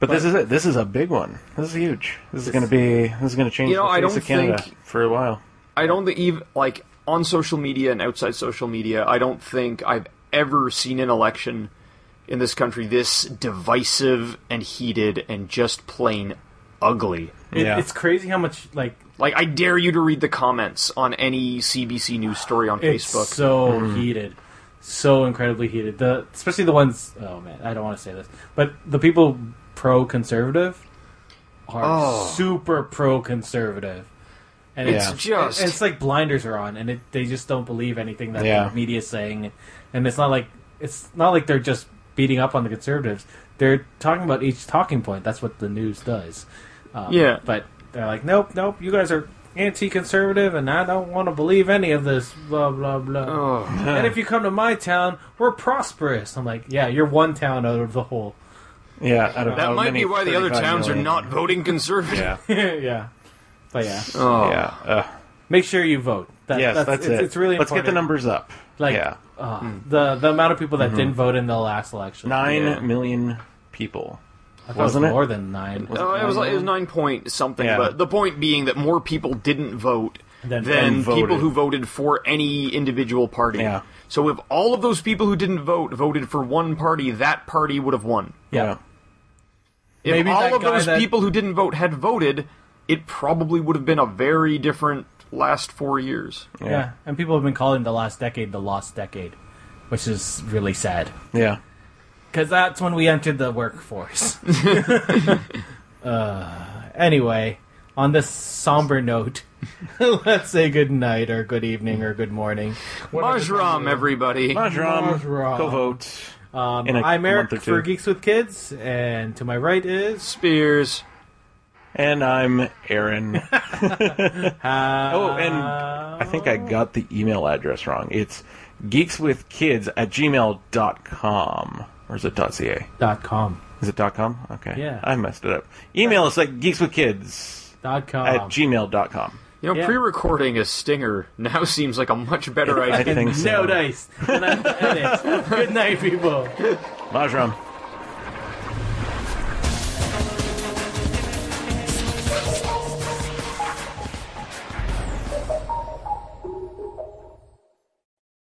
but this is it. This is a big one. This is huge. This is going to be. This is going to change You know, the face I don't of Canada think- for a while. I don't think even like on social media and outside social media, I don't think I've ever seen an election in this country this divisive and heated and just plain ugly. it, Yeah. it's crazy how much like Like I dare you to read the comments on any CBC news story on it's Facebook. so heated, so incredibly heated. The especially the ones. Oh man, I don't want to say this, but the people pro conservative are Oh. super pro conservative, and Yeah. it's Just- and it's like blinders are on, and it, they just don't believe anything that Yeah. the media is saying. And it's not like it's not like they're just beating up on the conservatives. They're talking about each talking point. That's what the news does. Um, Yeah. but they're like, nope, nope. You guys are anti-conservative, and I don't want to believe any of this. Blah blah blah. Oh. Ugh. And if you come to my town, we're prosperous. I'm like, yeah, you're one town out of the whole. Yeah, I don't That know. might be why the other towns are not voting conservative. Yeah, yeah, but yeah, Oh. yeah. Uh, make sure you vote. That, yes, it's, that's, it. It's really Let's important. get the numbers up. Like yeah, Hmm. Mm-hmm. uh, the the amount of people that didn't vote in the last election. nine yeah. million people. I thought wasn't it was it? more than nine. No, Uh, it was like it was nine point something, Yeah. but the point being that more people didn't vote than, Than- than people voted. who voted for any individual party. Yeah. So if all of those people who didn't vote voted for one party, that party would have won. yeah. If Maybe that all of guy those that- people who didn't vote had voted, it probably would have been a very different last four years. yeah, and people have been calling the last decade the lost decade, which is really sad. yeah. yeah. because that's when we entered the workforce. uh, anyway, on this somber note, let's say good night or good evening or good morning. Majram, everybody. Majram, Majram. go vote. Um, In a I'm Eric month or two. for Geeks with Kids, and to my right is Spears. And I'm Aaron. oh, and I think I got the email address wrong. It's geekswithkids at gmail.com. Or is it .ca? dot com Is it .com? Okay. Yeah. I messed it up. Email us at geekswithkids dot com. at gmail.com. You know, Yeah. pre-recording a stinger now seems like a much better idea. I think so. no dice. And I'm- and it's- good night, people. Majram.